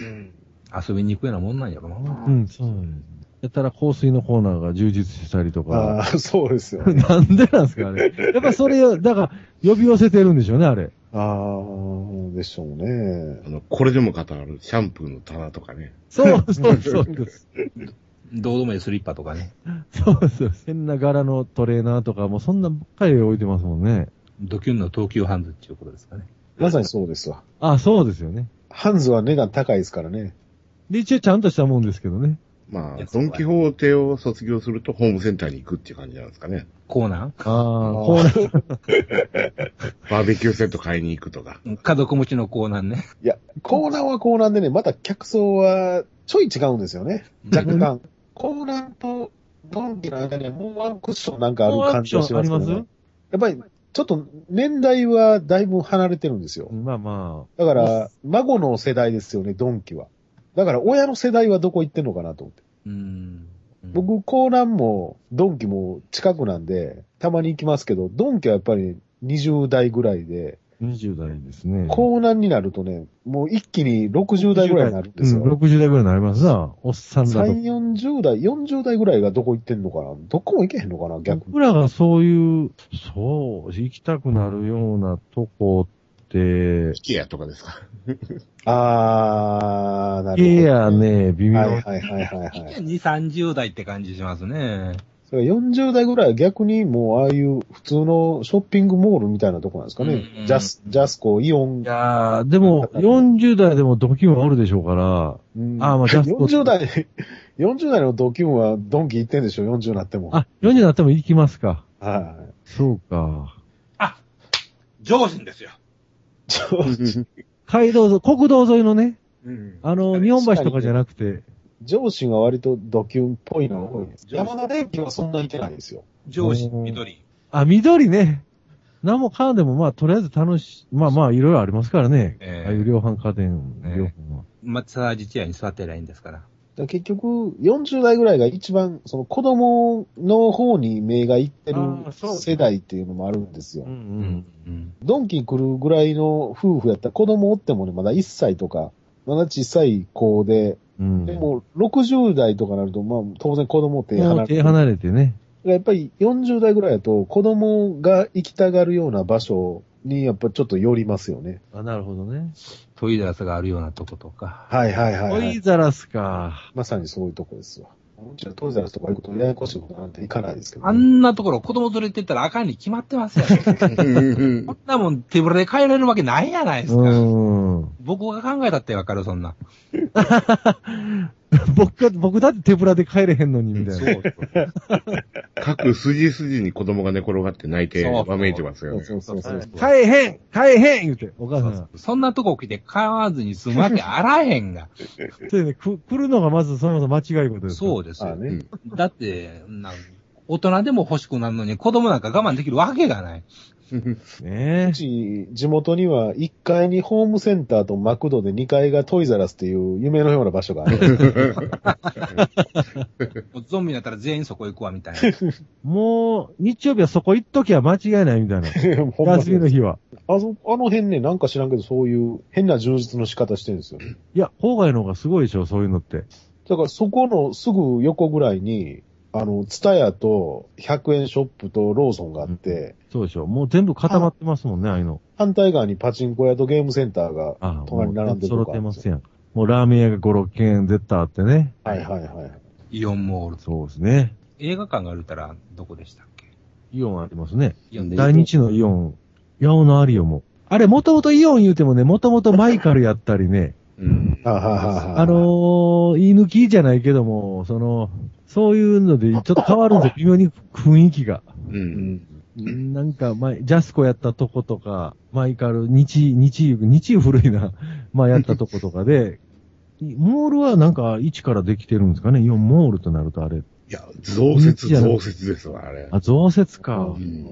Speaker 1: 遊びに行くようなもんなんやろな。
Speaker 2: うん、そうなんです。やったら香水のコーナーが充実してたりと
Speaker 4: [LAUGHS] あ
Speaker 2: か。
Speaker 4: あ、そうですよね。
Speaker 2: [LAUGHS] なんでなんですか、あれ。やっぱそれを、だから、呼び寄せてるんでしょうね、あれ。
Speaker 4: ああ、でしょうね。
Speaker 3: あの、これでも語るシャンプーの棚とかね。
Speaker 2: そう [LAUGHS] そうそうです。
Speaker 1: 堂々までスリッパとかね。
Speaker 2: そうそう。変な柄のトレーナーとか、もうそんなんばっかり置いてますもんね。
Speaker 1: ドキュンの東急ハンズっていうことですかね。
Speaker 4: まさにそうですわ。
Speaker 2: あ、そうですよね。
Speaker 4: ハンズは値段高いですからね。
Speaker 2: で、一応ちゃんとしたもんですけどね。
Speaker 3: ま
Speaker 1: い
Speaker 3: あ
Speaker 1: や、
Speaker 3: ドンキホーテを卒業するとホームセンターに行くっていう感じなんですかね。
Speaker 1: コーナ
Speaker 2: ああ、コーナー、
Speaker 3: バーベキューセット買いに行くとか。
Speaker 1: ー家族持ちのコーナーね。
Speaker 4: いや、 [LAUGHS] コーナーはコーナーでね、また客層はちょい違うんですよね。若干。コーナーとドンキの間にはもうワンクッションなんかある感じがしますけど、
Speaker 2: もうワン
Speaker 4: ね。やっぱり、ちょっと年代はだいぶ離れてるんですよ。
Speaker 2: まあま
Speaker 4: だから、孫の世代ですよね、ドンキは。だから、親の世代はどこ行ってんのかなと思って。
Speaker 1: うん。うん、
Speaker 4: 僕、コーナーも、ドンキも近くなんで、たまに行きますけど、ドンキはやっぱり20代ぐらいで、
Speaker 2: あ、20代ですね。
Speaker 4: コーナーになるとね、もう一気に60代ぐらいになるんですよ。
Speaker 2: うん、60代ぐらいになりますな。おっさんだと
Speaker 4: 3、。40代、40代ぐらいがどこ行ってんのかなどこも行けへんのかな逆に。
Speaker 2: 僕らがそういう、そう、行きたくなるようなとこって、
Speaker 3: イケアとかですか。
Speaker 4: あー、なるほど。
Speaker 2: いや。ね、微妙。
Speaker 4: はいはいはいはい、はい。
Speaker 1: 2、30代って感じしますね。
Speaker 4: それ40代ぐらいは逆にもうああいう普通のショッピングモールみたいなとこなんですかね。
Speaker 1: うん
Speaker 4: ジャス、ジャスコ、イオン
Speaker 2: い。やーでも、40代でもドキュンはあるでしょうから、
Speaker 4: うん
Speaker 2: あーまあジャスコ
Speaker 4: 40代、40代のドキュンはドンキ行ってんでしょ ?40 になっても。
Speaker 2: あ、40になっても行きますか。
Speaker 4: はい。
Speaker 2: そうか。
Speaker 1: あ上心ですよ。
Speaker 4: ちょ
Speaker 2: 街道沿い、国道沿いのね、
Speaker 1: うん。
Speaker 2: あの、日本橋とかじゃなくて、
Speaker 4: 上司が割とドキュンっぽいのが多いです。山田電機はそんなに行ってないですよ。
Speaker 1: 上心、緑。
Speaker 2: あ、緑ね。何もかんでも、まあ、とりあえず楽し、まあまあ、いろいろありますからね。
Speaker 1: え
Speaker 2: ああ
Speaker 1: え
Speaker 2: いう量販家電、
Speaker 1: ええ
Speaker 2: 量販は。
Speaker 1: マッサージチェアに座ってりゃいいんですから。
Speaker 4: だから結局、40代ぐらいが一番、その子供の方に目が行ってる
Speaker 2: あーそう
Speaker 4: 世代っていうのもあるんですよ
Speaker 2: う。ん
Speaker 1: う
Speaker 2: うん。。
Speaker 1: うん。
Speaker 4: ドンキに来るぐらいの夫婦やったら子供おってもね、まだ1歳とか、まだ小さい子で、
Speaker 2: うん。
Speaker 4: でも60代とかなると、まあ当然子供って離
Speaker 2: も
Speaker 4: れ
Speaker 2: う
Speaker 4: て
Speaker 2: 手
Speaker 4: る。
Speaker 2: 離れてね。
Speaker 4: やっぱり40代ぐらいだと子供が行きたがるような場所にやっぱちょっと寄りますよね。
Speaker 2: あ、なるほどね。
Speaker 1: トイザらスがあるようなとことか。
Speaker 4: はいはいはい、
Speaker 2: ト
Speaker 4: は
Speaker 2: イ
Speaker 4: い。
Speaker 2: ザラスか。
Speaker 4: まさにそういうとこですわ。うちはトイザらスとか行くとややこしいことなんて行かないですけど、
Speaker 1: あんなところ子供連れてったらあかんに決まってますやん。こんなもん手ぶらで帰れるわけないやないで
Speaker 2: う
Speaker 1: すか。
Speaker 2: ーん。
Speaker 1: 僕が考えたってわかる、そんな。
Speaker 2: [LAUGHS] 僕が、僕だって手ぶらで帰れへんのに、みたい
Speaker 1: そ
Speaker 2: な。
Speaker 1: うそう。
Speaker 3: 各筋筋に子供がね、転がって泣いて、
Speaker 1: そう
Speaker 3: わめいてますよね。
Speaker 4: そうそうそう。
Speaker 2: 帰れへん帰れへん言うて、お母さんが。
Speaker 1: そんなとこ来て買わずに済むわけあらへんが。
Speaker 2: そうね、く来るのがまずそもそも間違いことです。。
Speaker 1: そううです
Speaker 4: ああ
Speaker 1: よ。
Speaker 4: ね。
Speaker 1: [LAUGHS] だって、なん大人でも欲しくなるのに子供なんか我慢できるわけがない。
Speaker 2: ね
Speaker 4: うち、地元には1階にホームセンターとマクドで2階がトイザラスっていう夢のような場所がある。
Speaker 1: もうゾンビになったら全員そこ行くわ、みたいな。
Speaker 2: もう、日曜日はそこ行っときゃ間違いないみたい [LAUGHS] な。
Speaker 4: [LAUGHS] ほんまに
Speaker 2: 休みの日は。
Speaker 4: あそあの辺ね、なんか知らんけど、そういう変な充実の仕方してるんですよ。
Speaker 2: いや、郊外の方がすごいでしょ、そういうのって。
Speaker 4: だからそこのすぐ横ぐらいに、あの、ツタヤと100円ショップとローソンがあって、
Speaker 2: そうでしょ。もう全部固まってますもんね、ああいうの。
Speaker 4: 反対側にパチンコ屋とゲームセンターが、
Speaker 2: ああ、
Speaker 4: 隣に並んでると
Speaker 2: も
Speaker 4: こ
Speaker 2: う揃ってますやん。もうラーメン屋が5、6軒絶対あってね。
Speaker 4: はいはいはい。
Speaker 1: イオンモール。
Speaker 2: そうですね。
Speaker 1: 映画館があるたら、どこでしたっけ
Speaker 2: イオンありますね。
Speaker 1: イオンで。
Speaker 2: 大日のイオン。イオンのありよ、もう。あれ、もともとイオン言うてもね、もともとマイカルやったりね、
Speaker 3: うん
Speaker 4: あははは
Speaker 2: あのー、言い抜きじゃないけども、その、そういうので、ちょっと変わるんですよ、微妙に雰囲気が。
Speaker 3: う。
Speaker 4: うんん。
Speaker 2: なんか、前、ジャスコやったとことか、マイカル、日、日、日古いな、 [LAUGHS] まあやったとことかで、モールはなんか、一からできてるんですかねイオンモールとなるとあれ。
Speaker 3: いや、増設、増設ですわ、あれ。
Speaker 2: あ、増設か
Speaker 4: う。
Speaker 3: ん
Speaker 4: ん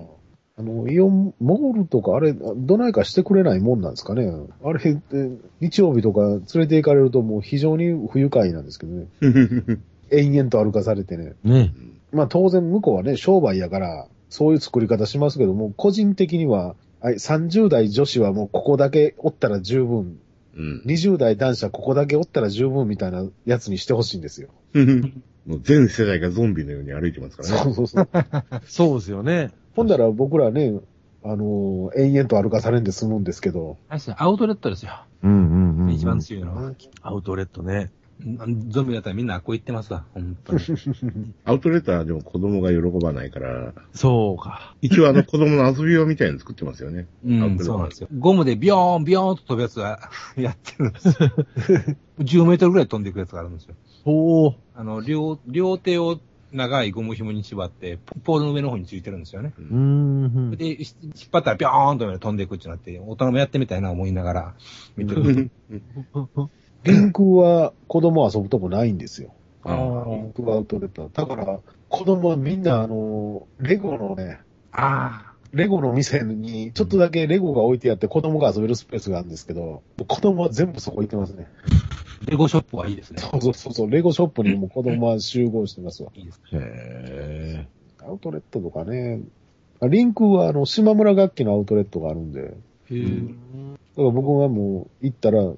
Speaker 4: あの、イオンモールとか、あれ、どないかしてくれないもんなんですかね。あれ、え日曜日とか連れて行かれるともう非常に不愉快なんですけどね。延々と歩かされてね。
Speaker 2: ね。
Speaker 4: まあ当然向こうはね、商売やから、そういう作り方しますけども、個人的には、はい30代女子はもうここだけおったら十分、
Speaker 3: うん
Speaker 4: 20代男子はここだけおったら十分みたいなやつにしてほしいんですよ。
Speaker 3: もう全世代がゾンビのように歩いてますから
Speaker 4: そ
Speaker 3: ね。
Speaker 4: うそうそう。
Speaker 2: そうですよね。
Speaker 4: ほんだら僕らね、あのー延々と歩かされんで済むんですけど、
Speaker 1: 確かにアウトレットですよ。
Speaker 2: うんうんうんうん。
Speaker 1: 一番強いのは。
Speaker 2: アウトレットね。
Speaker 1: うんゾンビだったらみんなあっこ行ってますわ、本当に。
Speaker 3: アウトレットはでも子供が喜ばないから、
Speaker 2: そうか。
Speaker 3: 一応あの子供の遊び場みたいに作ってますよね。
Speaker 1: うん、そうなんですよ。ゴムでビヨーン、ビヨーンと飛ぶやつがやってるんですよ。10メートルぐらい飛んでいくやつがあるんですよ。
Speaker 2: おー。
Speaker 1: あの、両、両手を長いゴム紐に縛って、ポールの上の方についてるんですよね。
Speaker 2: うーん。
Speaker 1: で、ひ引っ張ったらビョーンと飛んでいくってなって、大人もやってみたいな思いながら見てる。
Speaker 4: リ空は子供遊ぶとこないんですよ。
Speaker 3: ああ
Speaker 4: リンクアウトレットは。だから、子供はみんなあのーレゴのね、
Speaker 1: あ
Speaker 4: レゴの店に、ちょっとだけレゴが置いてあって子供が遊べるスペースがあるんですけど、子供は全部そこ行ってますね。
Speaker 1: あ、レゴショップはいいですね。
Speaker 4: そうそうそうそう、レゴショップにも子供は集合してますわ。
Speaker 1: いいですね。
Speaker 3: へ
Speaker 4: アウトレットとかね、リンクはあの、島村楽器のアウトレットがあるんで、だか
Speaker 2: へ
Speaker 4: ーら僕はもう行ったら、もう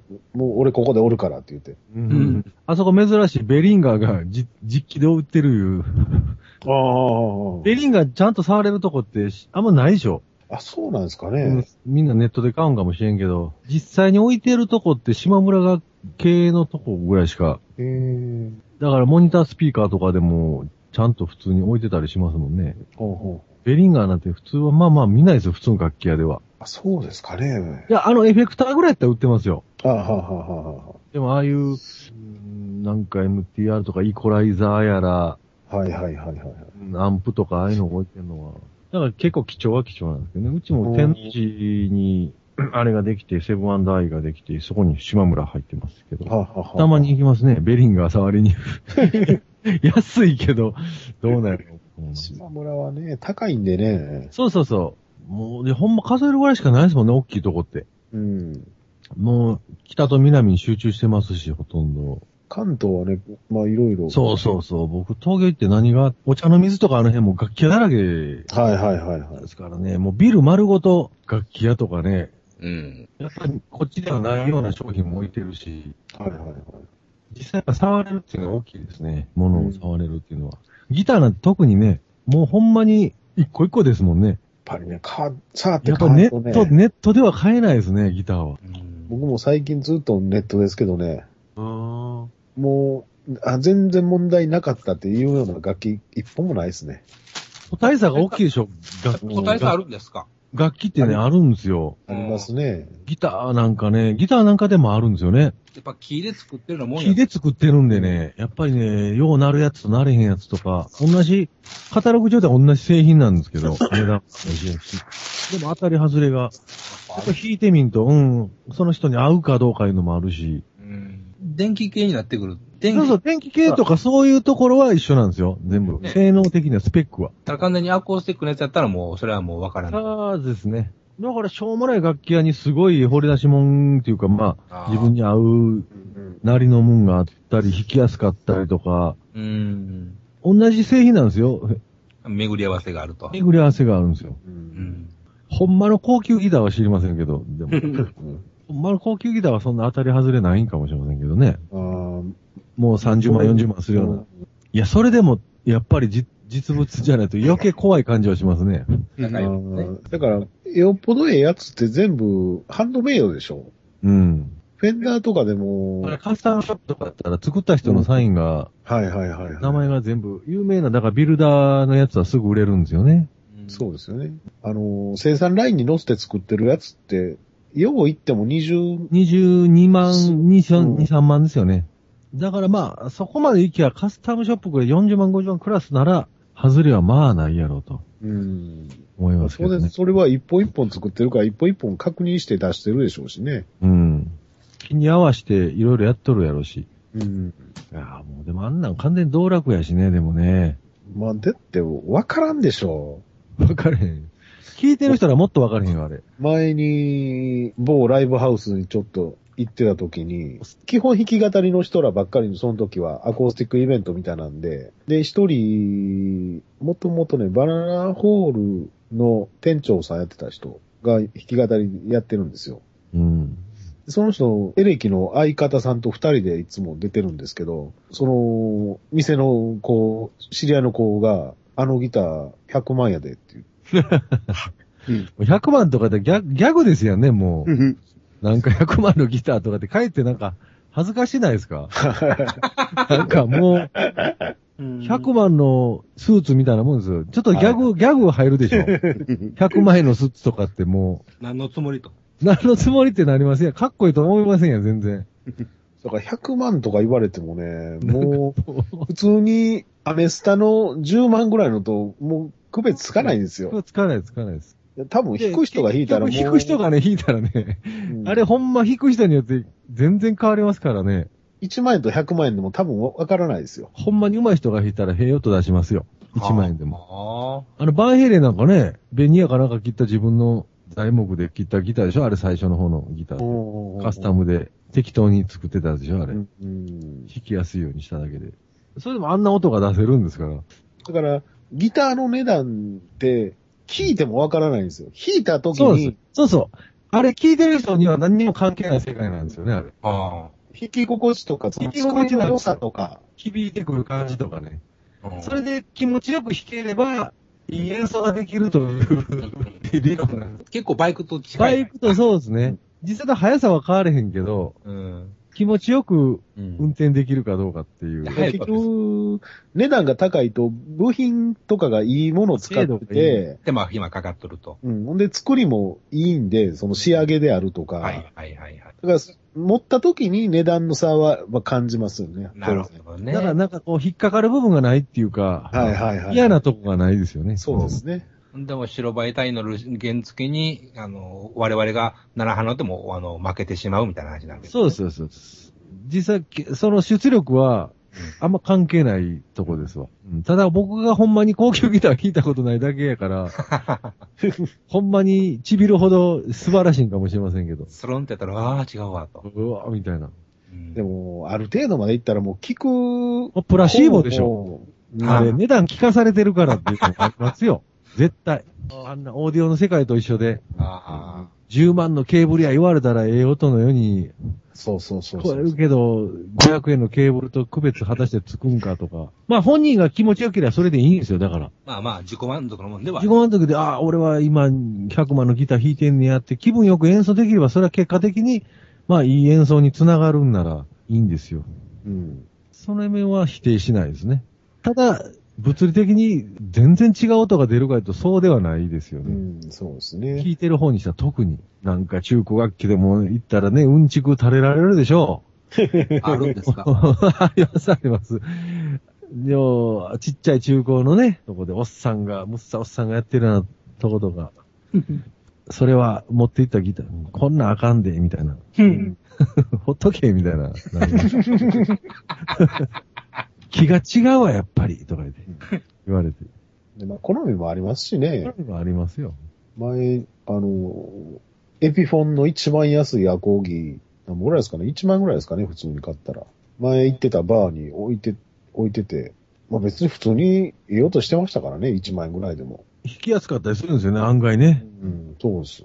Speaker 4: 俺ここでおるからって言って。
Speaker 2: うん。あそこ珍しいベリンガーがじ実機で売ってるいう。
Speaker 4: あ
Speaker 2: ベリンガーちゃんと触れるとこってしあんまないでしょ、
Speaker 4: あ。あ、そうなんですか
Speaker 2: う
Speaker 4: ね
Speaker 2: ん。みんなネットで買うんかもしれんけど、実際に置いてるとこって島村が系のとこぐらいしか。
Speaker 4: へえ。
Speaker 2: だからモニタースピーカーとかでも、ちゃんと普通に置いてたりしますもんね。
Speaker 4: ほうほう。
Speaker 2: ベリンガーなんて普通はまあまあ見ないですよ、普通の楽器屋では。
Speaker 4: あ、そうですかね
Speaker 2: い。や、あのエフェクターぐらいやったら売ってますよ。
Speaker 4: あはははは
Speaker 2: でもああいう、うーんなんか MTR とかイコライザーやら、
Speaker 4: は。はいはいはいはい。
Speaker 2: アンプとかああいうの置いてるのは。だから結構貴重は貴重なんですけどね。うちも天地に、あれができて、セブンアイができて、そこに島村入ってますけど。
Speaker 4: ははは
Speaker 2: たまに。行きますね。ベリンガー触り [LAUGHS] に。安いけど、どうなるの
Speaker 4: 島村はね、高いんでね。
Speaker 2: そうそうそう。もう、で、ほんま数えるぐらいしかないですもんね、大きいとこって。
Speaker 4: うん。
Speaker 2: もう、北と南に集中してますし、ほとんど。
Speaker 4: 関東はね、まあいろいろ。
Speaker 2: そうそうそう。僕、東京行って何が、お茶の水とかあの辺も楽器屋だらけで
Speaker 4: はいはいはいはい。
Speaker 2: すからね、もうビル丸ごと楽器屋とかね、
Speaker 3: うん。
Speaker 2: やっぱりこっちではないような商品も置いてるし、
Speaker 4: はいはいはい。
Speaker 2: 実際やっぱ触れるっていうのは大きいですね。物を触れるっていうのは。ギターなんて特にね、もうほんまに一個一個ですもんね。
Speaker 4: やっぱりね、か、さーって
Speaker 2: やっ
Speaker 4: 買
Speaker 2: ぱ
Speaker 4: う
Speaker 2: ネ
Speaker 4: と
Speaker 2: ッ
Speaker 4: ね
Speaker 2: ト、ネットでは買えないですね、ギターは。
Speaker 1: うん
Speaker 4: 僕も最近ずっとネットですけどね、
Speaker 2: うん。
Speaker 4: もう、あ全然問題なかったっていうような楽器一本もないですね。
Speaker 2: 個体差が大きいでしょ、楽器
Speaker 1: 個体差あるんですか
Speaker 2: 楽器ってね、あるんですよ。
Speaker 4: ありますね。
Speaker 2: ギターなんかね、ギターなんかでもあるんですよね。
Speaker 1: やっぱ木で作ってるのもんや
Speaker 2: 木で作ってるんでね、やっぱりね、ようなるやつとなれへんやつとか、同じ、カタログ上では同じ製品なんですけ [LAUGHS] ど、値段も同じやしでも当たり外れが、やっぱ弾いてみんと、うん、その人に合うかどうかいうのもあるし、
Speaker 1: うん。電気系になってくる。電
Speaker 2: そう
Speaker 1: 気、
Speaker 2: そ
Speaker 1: だ
Speaker 2: う、電気系とかそういうところは一緒なんですよ、全部。
Speaker 1: ね
Speaker 2: 性能的なスペックは。
Speaker 1: から完全にアコースティックのやつやったらもう、それはもうわからない。
Speaker 2: そうですね。だから、しょうもない楽器屋にすごい掘り出し物っていうか、ま
Speaker 1: あ
Speaker 2: あ、
Speaker 1: ー
Speaker 2: 自分に合う
Speaker 4: うん
Speaker 2: なりのもんがあったり、弾きやすかったりとか、
Speaker 1: うん。
Speaker 2: 同じ製品なんですよ。
Speaker 1: 巡り合わせがあると。
Speaker 2: 巡り合わせがあるんですよ。
Speaker 1: う
Speaker 4: う
Speaker 1: んん。
Speaker 2: ほんまの高級ギターは知りませんけど、でも。 [LAUGHS]
Speaker 4: うん
Speaker 2: ほんまの高級ギターはそんな当たり外れないんかもしれませんけどね。
Speaker 4: あー
Speaker 2: もう30万、40万するような。いや、それでも、やっぱりじ実物じゃないと余計怖い感じはしますね。
Speaker 1: なんか
Speaker 4: あ
Speaker 1: ね
Speaker 4: ーだから、よっぽどええやつって全部ハンドメイドでしょ
Speaker 2: うん。
Speaker 4: フェンダーとかで
Speaker 2: これ
Speaker 4: も、
Speaker 2: カスタムショップとかだったら作った人のサインが、
Speaker 4: はいはいはいはい。
Speaker 2: 名前が全部、有名な、だからビルダーのやつはすぐ売れるんですよね。
Speaker 4: そうですよね。あの、生産ラインに乗せて作ってるやつって、よう言っても20、
Speaker 2: 22万、
Speaker 4: うん
Speaker 2: 2、3万ですよね。だからまあ、そこまで行きゃカスタムショップで40万、50万クラスなら、外れはまあないやろうと
Speaker 4: うん。
Speaker 2: 思いますけ
Speaker 4: そ
Speaker 2: ど
Speaker 4: れ
Speaker 2: ね。
Speaker 4: それは一本一本作ってるから、一本一本確認して出してるでしょうしね。
Speaker 2: うん。気に合わしていろいろやっとるやろうし。
Speaker 4: うん。
Speaker 2: いやーもうでもあんなん完全に道楽やしね、でもね。
Speaker 4: まあ、でって、わからんでしょ
Speaker 2: わかれへん。聞いてる人らもっとわかれへんよ、あれ。
Speaker 4: う。前に、某ライブハウスにちょっと行ってた時に、基本弾き語りの人らばっかりの、その時はアコースティックイベントみたいなんで、で、一人、もともとね、バナナホールの店長さんやってた人が弾き語りやってるんですよ。
Speaker 2: うん。
Speaker 4: その人、エレキの相方さんと二人でいつも出てるんですけど、その、店の子、知り合いの子が、あのギター100万やでっていう。
Speaker 2: 100万とかでギャギャグですよね、もう。なんか100万のギターとかって帰ってなんか恥ずかしないです
Speaker 4: [LAUGHS]
Speaker 2: かなんかもう、
Speaker 1: うん。
Speaker 2: 100万のスーツみたいなもんですよ。ちょっとギャ
Speaker 4: は
Speaker 2: グ、ギャグ入るで
Speaker 4: [LAUGHS]
Speaker 2: しょ。100万円のスーツとかっても
Speaker 1: 何のつもりと。
Speaker 2: う、何のつもりってなりませんやん。かっこいいと思いませんやん、全
Speaker 4: [LAUGHS]
Speaker 2: 然。
Speaker 4: だから100万とか言われてもね、もう、普通にアメスタの10万ぐらいのと、もう区別つかないんです
Speaker 2: これ
Speaker 4: よ。
Speaker 2: つかないです、つかないです。
Speaker 4: 多分弾く人が弾いたらもう。
Speaker 2: 結局弾く人がね、弾いたらね、
Speaker 4: うん、
Speaker 2: あれほんま弾く人によって全然変わりますからね。
Speaker 4: 1万円と100万円でも多分わからないですよ。
Speaker 2: ほんまに上手い人が弾いたら平用と出しますよ。1万円でも。
Speaker 1: も。
Speaker 2: あの、バンヘイレンなんかね、ベニヤかなんか切った自分の材木で切ったギターでしょあれ最初の方のギター。カスタムで適当に作ってたやつでしょあ
Speaker 4: う
Speaker 2: れ。弾
Speaker 4: んうん
Speaker 2: きやすいようにしただけで。それでもあんな音が出せるんですから。
Speaker 4: だから、ギターの値段って、聞いてもわからないんですよ。弾いた時
Speaker 2: そうです
Speaker 4: に、。
Speaker 2: そうそう。あれ聞いてる人には何にも関係ない世界なんですよね、あれ。
Speaker 1: ああ。
Speaker 4: 弾き心地とか、そ
Speaker 2: 弾
Speaker 4: の
Speaker 2: き心地
Speaker 4: の
Speaker 2: の
Speaker 4: 良
Speaker 2: 良
Speaker 4: さ
Speaker 2: さ
Speaker 4: とか、
Speaker 2: 響いてくる感じとかね。
Speaker 1: うん
Speaker 2: それで気持ちよく弾ければ、いい演奏ができるという理論なんです。
Speaker 1: 結構バイクと近
Speaker 2: バ
Speaker 1: い。
Speaker 2: イクとそうですね。実際の速さは変われへんけど、
Speaker 1: うん。
Speaker 2: 気持ちよく
Speaker 1: うん
Speaker 2: 運転できるかどうかっていう。
Speaker 1: はい
Speaker 4: 結局、値段が高いと、部品とかがいいものを使
Speaker 2: 精
Speaker 4: って
Speaker 2: 度がい
Speaker 4: て、
Speaker 1: で、まあ、今かかっとると。
Speaker 4: うん。ほんで、作りもいいんで、その仕上げであるとか、
Speaker 1: はい、はい、はい、はい。
Speaker 4: だから、持った時に値段の差はまあ感じますよね。
Speaker 1: なるほどね。
Speaker 2: だからなんかこう引っかかる部分がないっていうか、
Speaker 4: はいはいはい。
Speaker 2: 嫌なとこがないですよね。
Speaker 4: そうですね。
Speaker 1: でも、白バイ隊の原付に、あの、我々が7波乗っても、あの、負けてしまうみたいな話なんです。
Speaker 2: そうです。そうです、そうです。実際け、その出力は、あんま関係ないとこですわ。うんただ僕がほんまに高級ギター弾いたことないだけや
Speaker 4: [LAUGHS]
Speaker 2: から、ほんまにちびるほど素晴らしいんかもしれませんけど。
Speaker 1: スロンってやったら、ああ、違うわ、と。
Speaker 2: うわみたいな。
Speaker 1: うん
Speaker 4: でも、ある程度までいったらもう聞く。
Speaker 2: プラシーボでしょ。
Speaker 4: ょ。
Speaker 2: あれ、値段聞かされてるからっていうのもありますよ。絶対。あんなオーディオの世界と一緒で、
Speaker 1: あ
Speaker 2: 10万のケーブルや言われたらええ音のように
Speaker 4: そうそうそうそ
Speaker 2: 超え
Speaker 4: う
Speaker 2: る。けど、500円のケーブルと区別果たしてつくんかとか。まあ本人が気持ちよければそれでいいんですよ、だから
Speaker 1: あ。。まあまあ、自己満足のもんでは。
Speaker 2: 自己満足で、ああ、俺は今100万のギター弾いてんねやって気分よく演奏できれば、それは結果的に、まあいい演奏につながるんならいいんですよ。
Speaker 4: うん。
Speaker 2: その面は否定しないですね。ただ、物理的に全然違う音が出るかというとそうではないですよ
Speaker 4: う
Speaker 2: ね。
Speaker 4: ん、そうです
Speaker 2: 聞
Speaker 4: ね。
Speaker 2: いてる方にしたら特に。なんか中古楽器でも行ったらね、うんちく垂れられるでしょう。
Speaker 1: あるんです
Speaker 2: [LAUGHS]
Speaker 1: か
Speaker 2: あります、あります。要はちっちゃい中古のね、とこでおっさんが、むっさおっさんがやってるようなとことか、それは持って行ったギター、こんなんあかんで、みたいな。
Speaker 5: うん。
Speaker 2: [LAUGHS] ほっとけ、みたいな。なります気が違うわ、やっぱり、とか言って、言われて。
Speaker 4: でまあ、好みもありますしね。
Speaker 2: ありますよ。
Speaker 4: 前、あの、エピフォンの一番安いアコーギ、何本ぐらいですかね ?1 万ぐらいですかね普通に買ったら。前行ってたバーに置いて、置いてて、まあ別に普通に言おうとしてましたからね、1万円ぐらいでも。
Speaker 2: 弾きやすかったりするんですよね、案外ね。
Speaker 4: うん、そうです。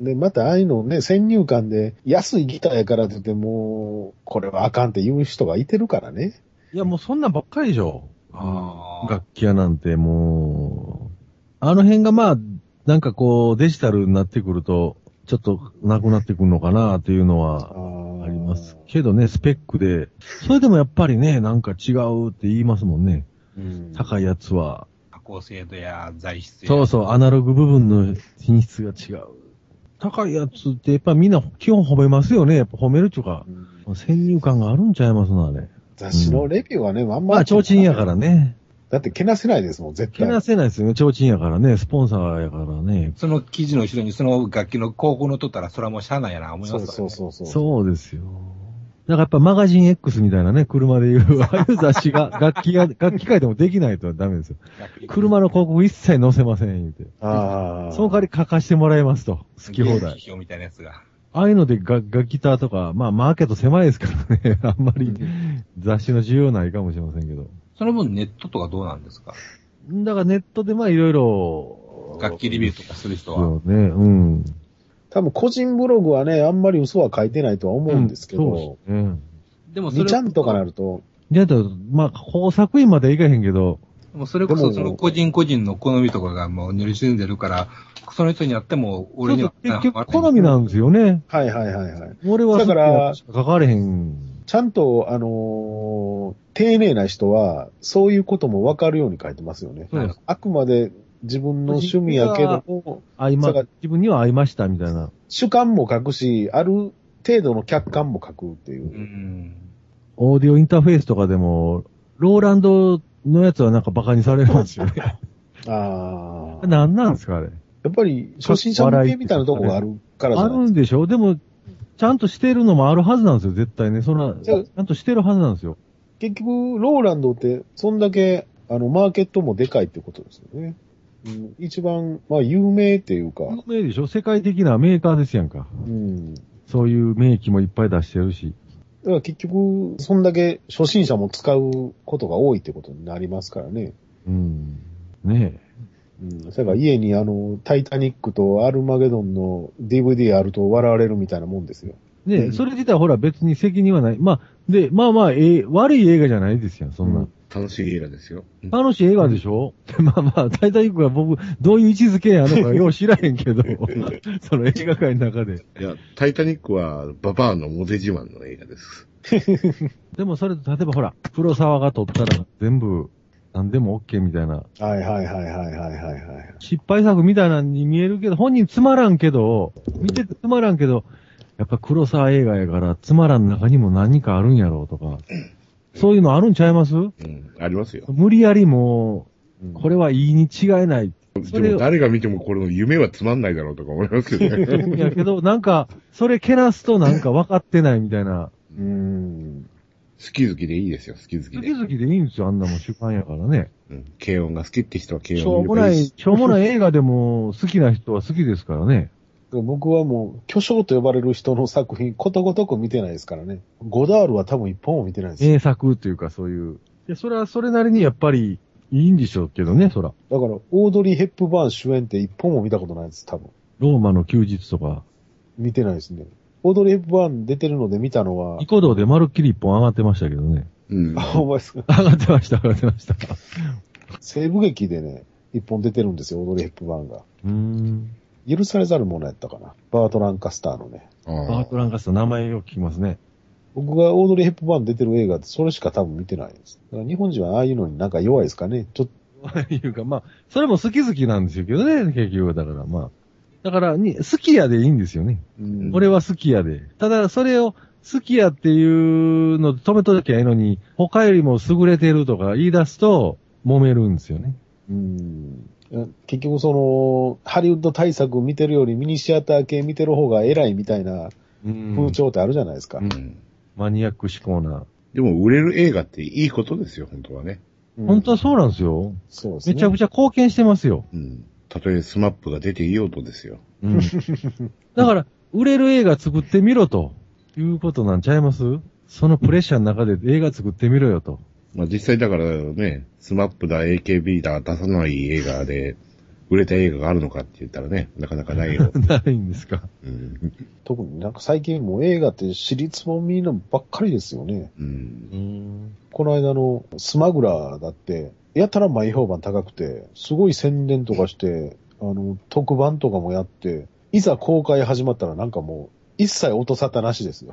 Speaker 4: で、またああいうのね、先入観で、安いギターやからって言ってもう、これはあかんって言う人がいてるからね。
Speaker 2: いや、もうそんなんばっかりでしょ。
Speaker 1: あー
Speaker 2: 楽器屋なんてもう、あの辺がまあ、なんかこう、デジタルになってくると、ちょっとなくなってくるのかなっていうの
Speaker 4: あ
Speaker 2: は
Speaker 4: あ
Speaker 2: あります。けどね、スペックで。それでもやっぱりね、なんか違うって言いますもんね。
Speaker 4: うん、
Speaker 2: 高いやつは。
Speaker 1: 加工精度や材質や。
Speaker 2: そうそう、アナログ部分の品質が違う。高いやつってやっぱみんな基本褒めますよね。やっぱ褒めるっていうか
Speaker 4: う、ん
Speaker 2: 先入観があるんちゃいますな、あれ。
Speaker 4: 雑誌のレビューはね、あんま。
Speaker 2: まあ、提灯やから。ね。
Speaker 4: だって、けなせないですもん、絶
Speaker 2: け
Speaker 4: 対。
Speaker 2: なせないですよね。提灯やからね。スポンサーやからね。
Speaker 1: その記事の後ろにその楽器の広告の取ったら、それはもうしゃあないやな、思い
Speaker 4: そ
Speaker 1: ま
Speaker 4: う
Speaker 1: すわ
Speaker 4: そうそうそう。
Speaker 2: そうですよ。だからやっぱマガジン X みたいなね、車で言う、 [LAUGHS] ああいう雑誌が、楽器が、楽器界でもできないとダメですよ。
Speaker 1: 楽器
Speaker 2: 車の広告一切載せません、言うて。
Speaker 4: ああ。
Speaker 2: その代わり書かしてもらいますと。好き放
Speaker 1: 原
Speaker 2: 題。
Speaker 1: 付表みたいなやつが。
Speaker 2: ああいうのでガ、ガギターとか、まあマーケット狭いですからね、 [LAUGHS] あんまり雑誌の需要ないかもしれませんけど。
Speaker 1: その分ネットとかどうなんですか
Speaker 2: だからネットでまあいろいろ。
Speaker 1: 楽器リビューとかする人
Speaker 2: と
Speaker 1: は。
Speaker 2: は。ね、うん。
Speaker 4: 多分個人ブログはね、あんまり嘘は書いてないとは思うんですけど、
Speaker 2: そうですね。
Speaker 1: でも
Speaker 4: 二
Speaker 1: それ、
Speaker 4: ちゃんとかなると、
Speaker 2: じゃあ、まあ、工作員まではいかへんけど、
Speaker 1: もうそれこ
Speaker 4: で
Speaker 1: そ
Speaker 4: も
Speaker 1: その個人個人の好みとかがもう塗り沈んでるから、その人にやっても俺には
Speaker 2: ちょっと結局好みなんですよね。
Speaker 4: はいはいはいはい。
Speaker 2: 俺は
Speaker 4: だから
Speaker 2: そっちは関われへん。
Speaker 4: ちゃんと、あのー丁寧な人は、そういうこともわかるように書いてますよね。
Speaker 2: そうです
Speaker 4: あくまで自分の趣味やけども、
Speaker 2: 合いま
Speaker 4: だから、
Speaker 2: 自分には合いましたみたいな。
Speaker 4: 主観も書くし、ある程度の客観も書くっていうう。
Speaker 1: ん。
Speaker 2: オーディオインターフェースとかでも、ローランドのやつはなんかバカにされるん
Speaker 4: [LAUGHS]
Speaker 2: ですよね。
Speaker 4: ああ。や
Speaker 2: なんなんですかあれ。
Speaker 4: っぱり初心者向けみたいなとこがあるからじゃ
Speaker 2: あ
Speaker 4: な
Speaker 2: る
Speaker 4: いです
Speaker 2: んでしょでも、ちゃんとしてるのもあるはずなんですよ、絶対ね。そんな、ち
Speaker 4: そう
Speaker 2: ゃんとしてるはずなんですよ。
Speaker 4: か。結局、ローランドって、そんだけ、あの、マーケットもでかいってことですよね。うん、一番、まあ、有名っていうか。
Speaker 2: 有名でしょ世界的なメーカーですやんか。
Speaker 4: うん。だ
Speaker 2: そういう名機もいっぱい出してるし。
Speaker 4: から結局、そんだけ初心者も使うことが多いってことになりますからね。
Speaker 2: うん。ね
Speaker 4: うん。それから家にあの、タイタニックとアルマゲドンの DVD あると笑われるみたいなもんですよ。
Speaker 2: え。ねえ、
Speaker 4: うん
Speaker 2: それ自体はほら別に責任はない。まあ、で、まあまあ、ええ悪い映画じゃないですやん、そんな。
Speaker 4: うん
Speaker 3: 楽しい映画ですよ。
Speaker 2: 楽しい映画でしょ、 [LAUGHS] まあまあ、タイタニックは僕、どういう位置づけや [LAUGHS] のかよう知らへんけど、その映画界の中で。
Speaker 3: いや、タイタニックはババアのモテ自慢の映画です。
Speaker 2: でもそれ、例えばほら、黒沢が撮ったら全部、何でも OK みたいな、
Speaker 4: はいはいはいはいはいはいはい。
Speaker 2: 失敗作みたいなのに見えるけど、本人つまらんけど、見ててつまらんけど、やっぱ黒沢映画やから、つまらん中にも何かあるんやろうとか、そういうのあるんちゃいます
Speaker 3: うん、ありますよ。
Speaker 2: 無理やりもう、これはいいに違いない。それ
Speaker 3: でも
Speaker 2: を
Speaker 3: 誰が見てもこれの夢はつまんないだろうとか思いま
Speaker 2: [LAUGHS]
Speaker 3: すよね。
Speaker 2: やけど、なんか、それけなすとなんか分かってないみたいな。
Speaker 4: うん。
Speaker 3: 好き好きでいいですよ、好き好き
Speaker 2: 好
Speaker 3: で
Speaker 2: き。好きでいいんですよ、あんなもん主観やからね。
Speaker 3: うん、軽音が好きって人は軽
Speaker 2: しょ
Speaker 3: 音
Speaker 2: うも
Speaker 3: 見れば
Speaker 2: ない
Speaker 3: い
Speaker 2: い、
Speaker 3: し。
Speaker 2: しょうもない映画でも好きな人は好きですから [LAUGHS] ね。
Speaker 4: 僕はもう、巨匠と呼ばれる人の作品、ことごとく見てないですからね。ゴダールは多分一本も見てないですよ。
Speaker 2: 名作というかそういう。で、それはそれなりにやっぱりいいんでしょうけどね、そら。
Speaker 4: だから、オードリー・ヘップバーン主演って一本も見たことないです、多分。
Speaker 2: ローマの休日とか、
Speaker 4: 見てないですね。オードリー・ヘップバーン出てるので見たのは
Speaker 2: ニ、コ動でまるっきり一本上がってましたけどね。
Speaker 3: うん。
Speaker 4: あ、お前さ、
Speaker 2: [LAUGHS] 上がってました、上がって [LAUGHS] ました。う
Speaker 4: 西部劇でね、一本出てるんですよ、オードリー・ヘップバーンが。
Speaker 2: ーん。
Speaker 4: 許されざるものやったかな。バート・ランカスターのね。
Speaker 3: あ
Speaker 2: [LAUGHS] バートランカスの名前を聞きますね。
Speaker 4: 僕がオードリー・ヘップバーン出てる映画ってそれしか多分見てないです。だから日本人はああいうのになんか弱いですかね。ちょっと、
Speaker 2: いうか、まあ、それも好き好きなんですけどね、結局、だから、まあ。だから、に、好きやでいいんですよね。
Speaker 4: うん
Speaker 2: 俺は好きやで。ただ、それを、好きやっていうので止めときゃいいのに、他よりも優れてるとか言い出すと、揉めるんですよね。
Speaker 4: うん結局その、ハリウッド対策見てるよりミニシアター系見てる方が偉いみたいな
Speaker 2: うん
Speaker 4: 風潮ってあるじゃないですか。
Speaker 3: うん。
Speaker 2: マニアック志向な。
Speaker 3: でも売れる映画っていいことですよ、本当はね。
Speaker 4: うん
Speaker 2: 本当はそうなんですよ。
Speaker 4: そうですね。
Speaker 2: めちゃくちゃ貢献してますよ。
Speaker 3: うん。たとえスマップが出ていようとですよ。
Speaker 2: うん。 [LAUGHS] だから、売れる映画作ってみろと、いうことなんちゃいますそのプレッシャーの中で映画作ってみろよと。 [LAUGHS]
Speaker 3: まあ実際だからね、スマップだ、AKB だ、出さない映画で、売れた映画があるのかって言ったらね、なかなかない [LAUGHS] よ。
Speaker 2: ないんですか。
Speaker 3: うん。
Speaker 4: 特になんか最近もう映画って私立もみんなばっかりですよね。
Speaker 3: [LAUGHS] うん。
Speaker 2: うん。
Speaker 4: この間のスマグラーだって、やたら前評判高くて、すごい宣伝とかして、あの、特番とかもやって、いざ公開始まったらなんかもう、一切音沙汰なしで
Speaker 2: [LAUGHS]
Speaker 4: すよ。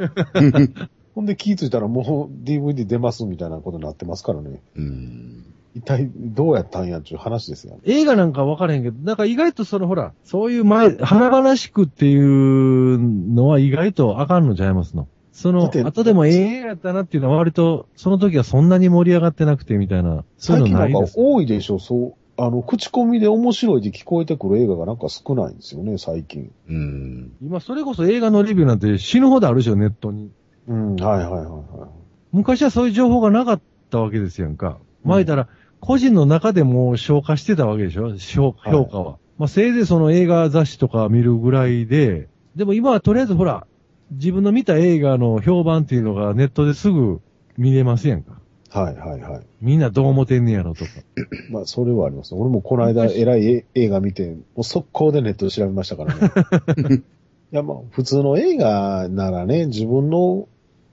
Speaker 4: ほんで気ぃついたらもう DVD 出ますみたいなことになってますからね。
Speaker 3: うん。
Speaker 4: 一体どうやったんやっていう話ですよね。
Speaker 2: 映画なんか分からへんけど、なんか意外とそのほら、そういう前、華々しくっていうのは意外とあかんのちゃいますの。そ
Speaker 4: だ
Speaker 2: の、
Speaker 4: って
Speaker 2: 後でもええ映画やったなっていうのは割と、その時はそんなに盛り上がってなくてみたいな、そうい
Speaker 4: 最
Speaker 2: う
Speaker 4: 近
Speaker 2: の
Speaker 4: な
Speaker 2: なんい
Speaker 4: か
Speaker 2: です。
Speaker 4: 多いでしょ、そう。あの、口コミで面白いって聞こえてくる映画がなんか少ないんですよね、最近。
Speaker 3: うん。
Speaker 2: 今それこそ映画のレビューなんて死ぬほどあるでしょ、ネットに。
Speaker 4: うん、はいはいはいはい。
Speaker 2: 昔はそういう情報がなかったわけですやんか。
Speaker 4: うん
Speaker 2: 前たら、個人の中でも消化してたわけでしょ評
Speaker 4: はい
Speaker 2: 評価は。まあ、せいぜいその映画雑誌とか見るぐらいで、でも今はとりあえずほら、自分の見た映画の評判っていうのがネットですぐ見れますやんか。
Speaker 4: はいはいはい。
Speaker 2: みんなどう思ってんねやろとか。
Speaker 4: まあ、それはあります。俺もこの間、偉いえ映画見て、もう速攻でネットで調べましたからね。
Speaker 3: [LAUGHS]
Speaker 4: いや、まあ、普通の映画ならね、自分の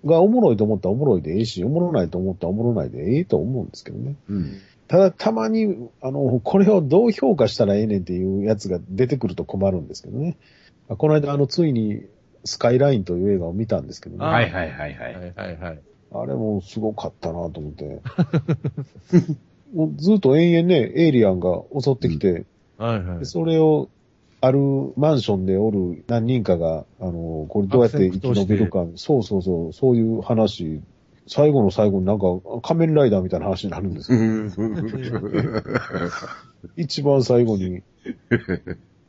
Speaker 4: がおもろいと思ったらおもろいでええし、おもろないと思ったらおもろないでええと思うんですけどね。
Speaker 3: うん。
Speaker 4: ただ、たまに、あの、これをどう評価したらええねんっていうやつが出てくると困るんですけどね。まあこの間、あの、ついに、スカイラインという映画を見たんですけどね。
Speaker 2: あ
Speaker 3: はいはいはいはい。
Speaker 2: いはいはい。
Speaker 4: あれもすごかったなと思って。 [LAUGHS] もうずっと延々ね、エイリアンが襲ってきて、
Speaker 2: はいはい
Speaker 4: で。それを、あるマンションでおる何人かが、あの、これどうやって生き延びるか、そうそうそう、そういう話、最後の最後になんか仮面ライダーみたいな話になるんですよ。一番最後に。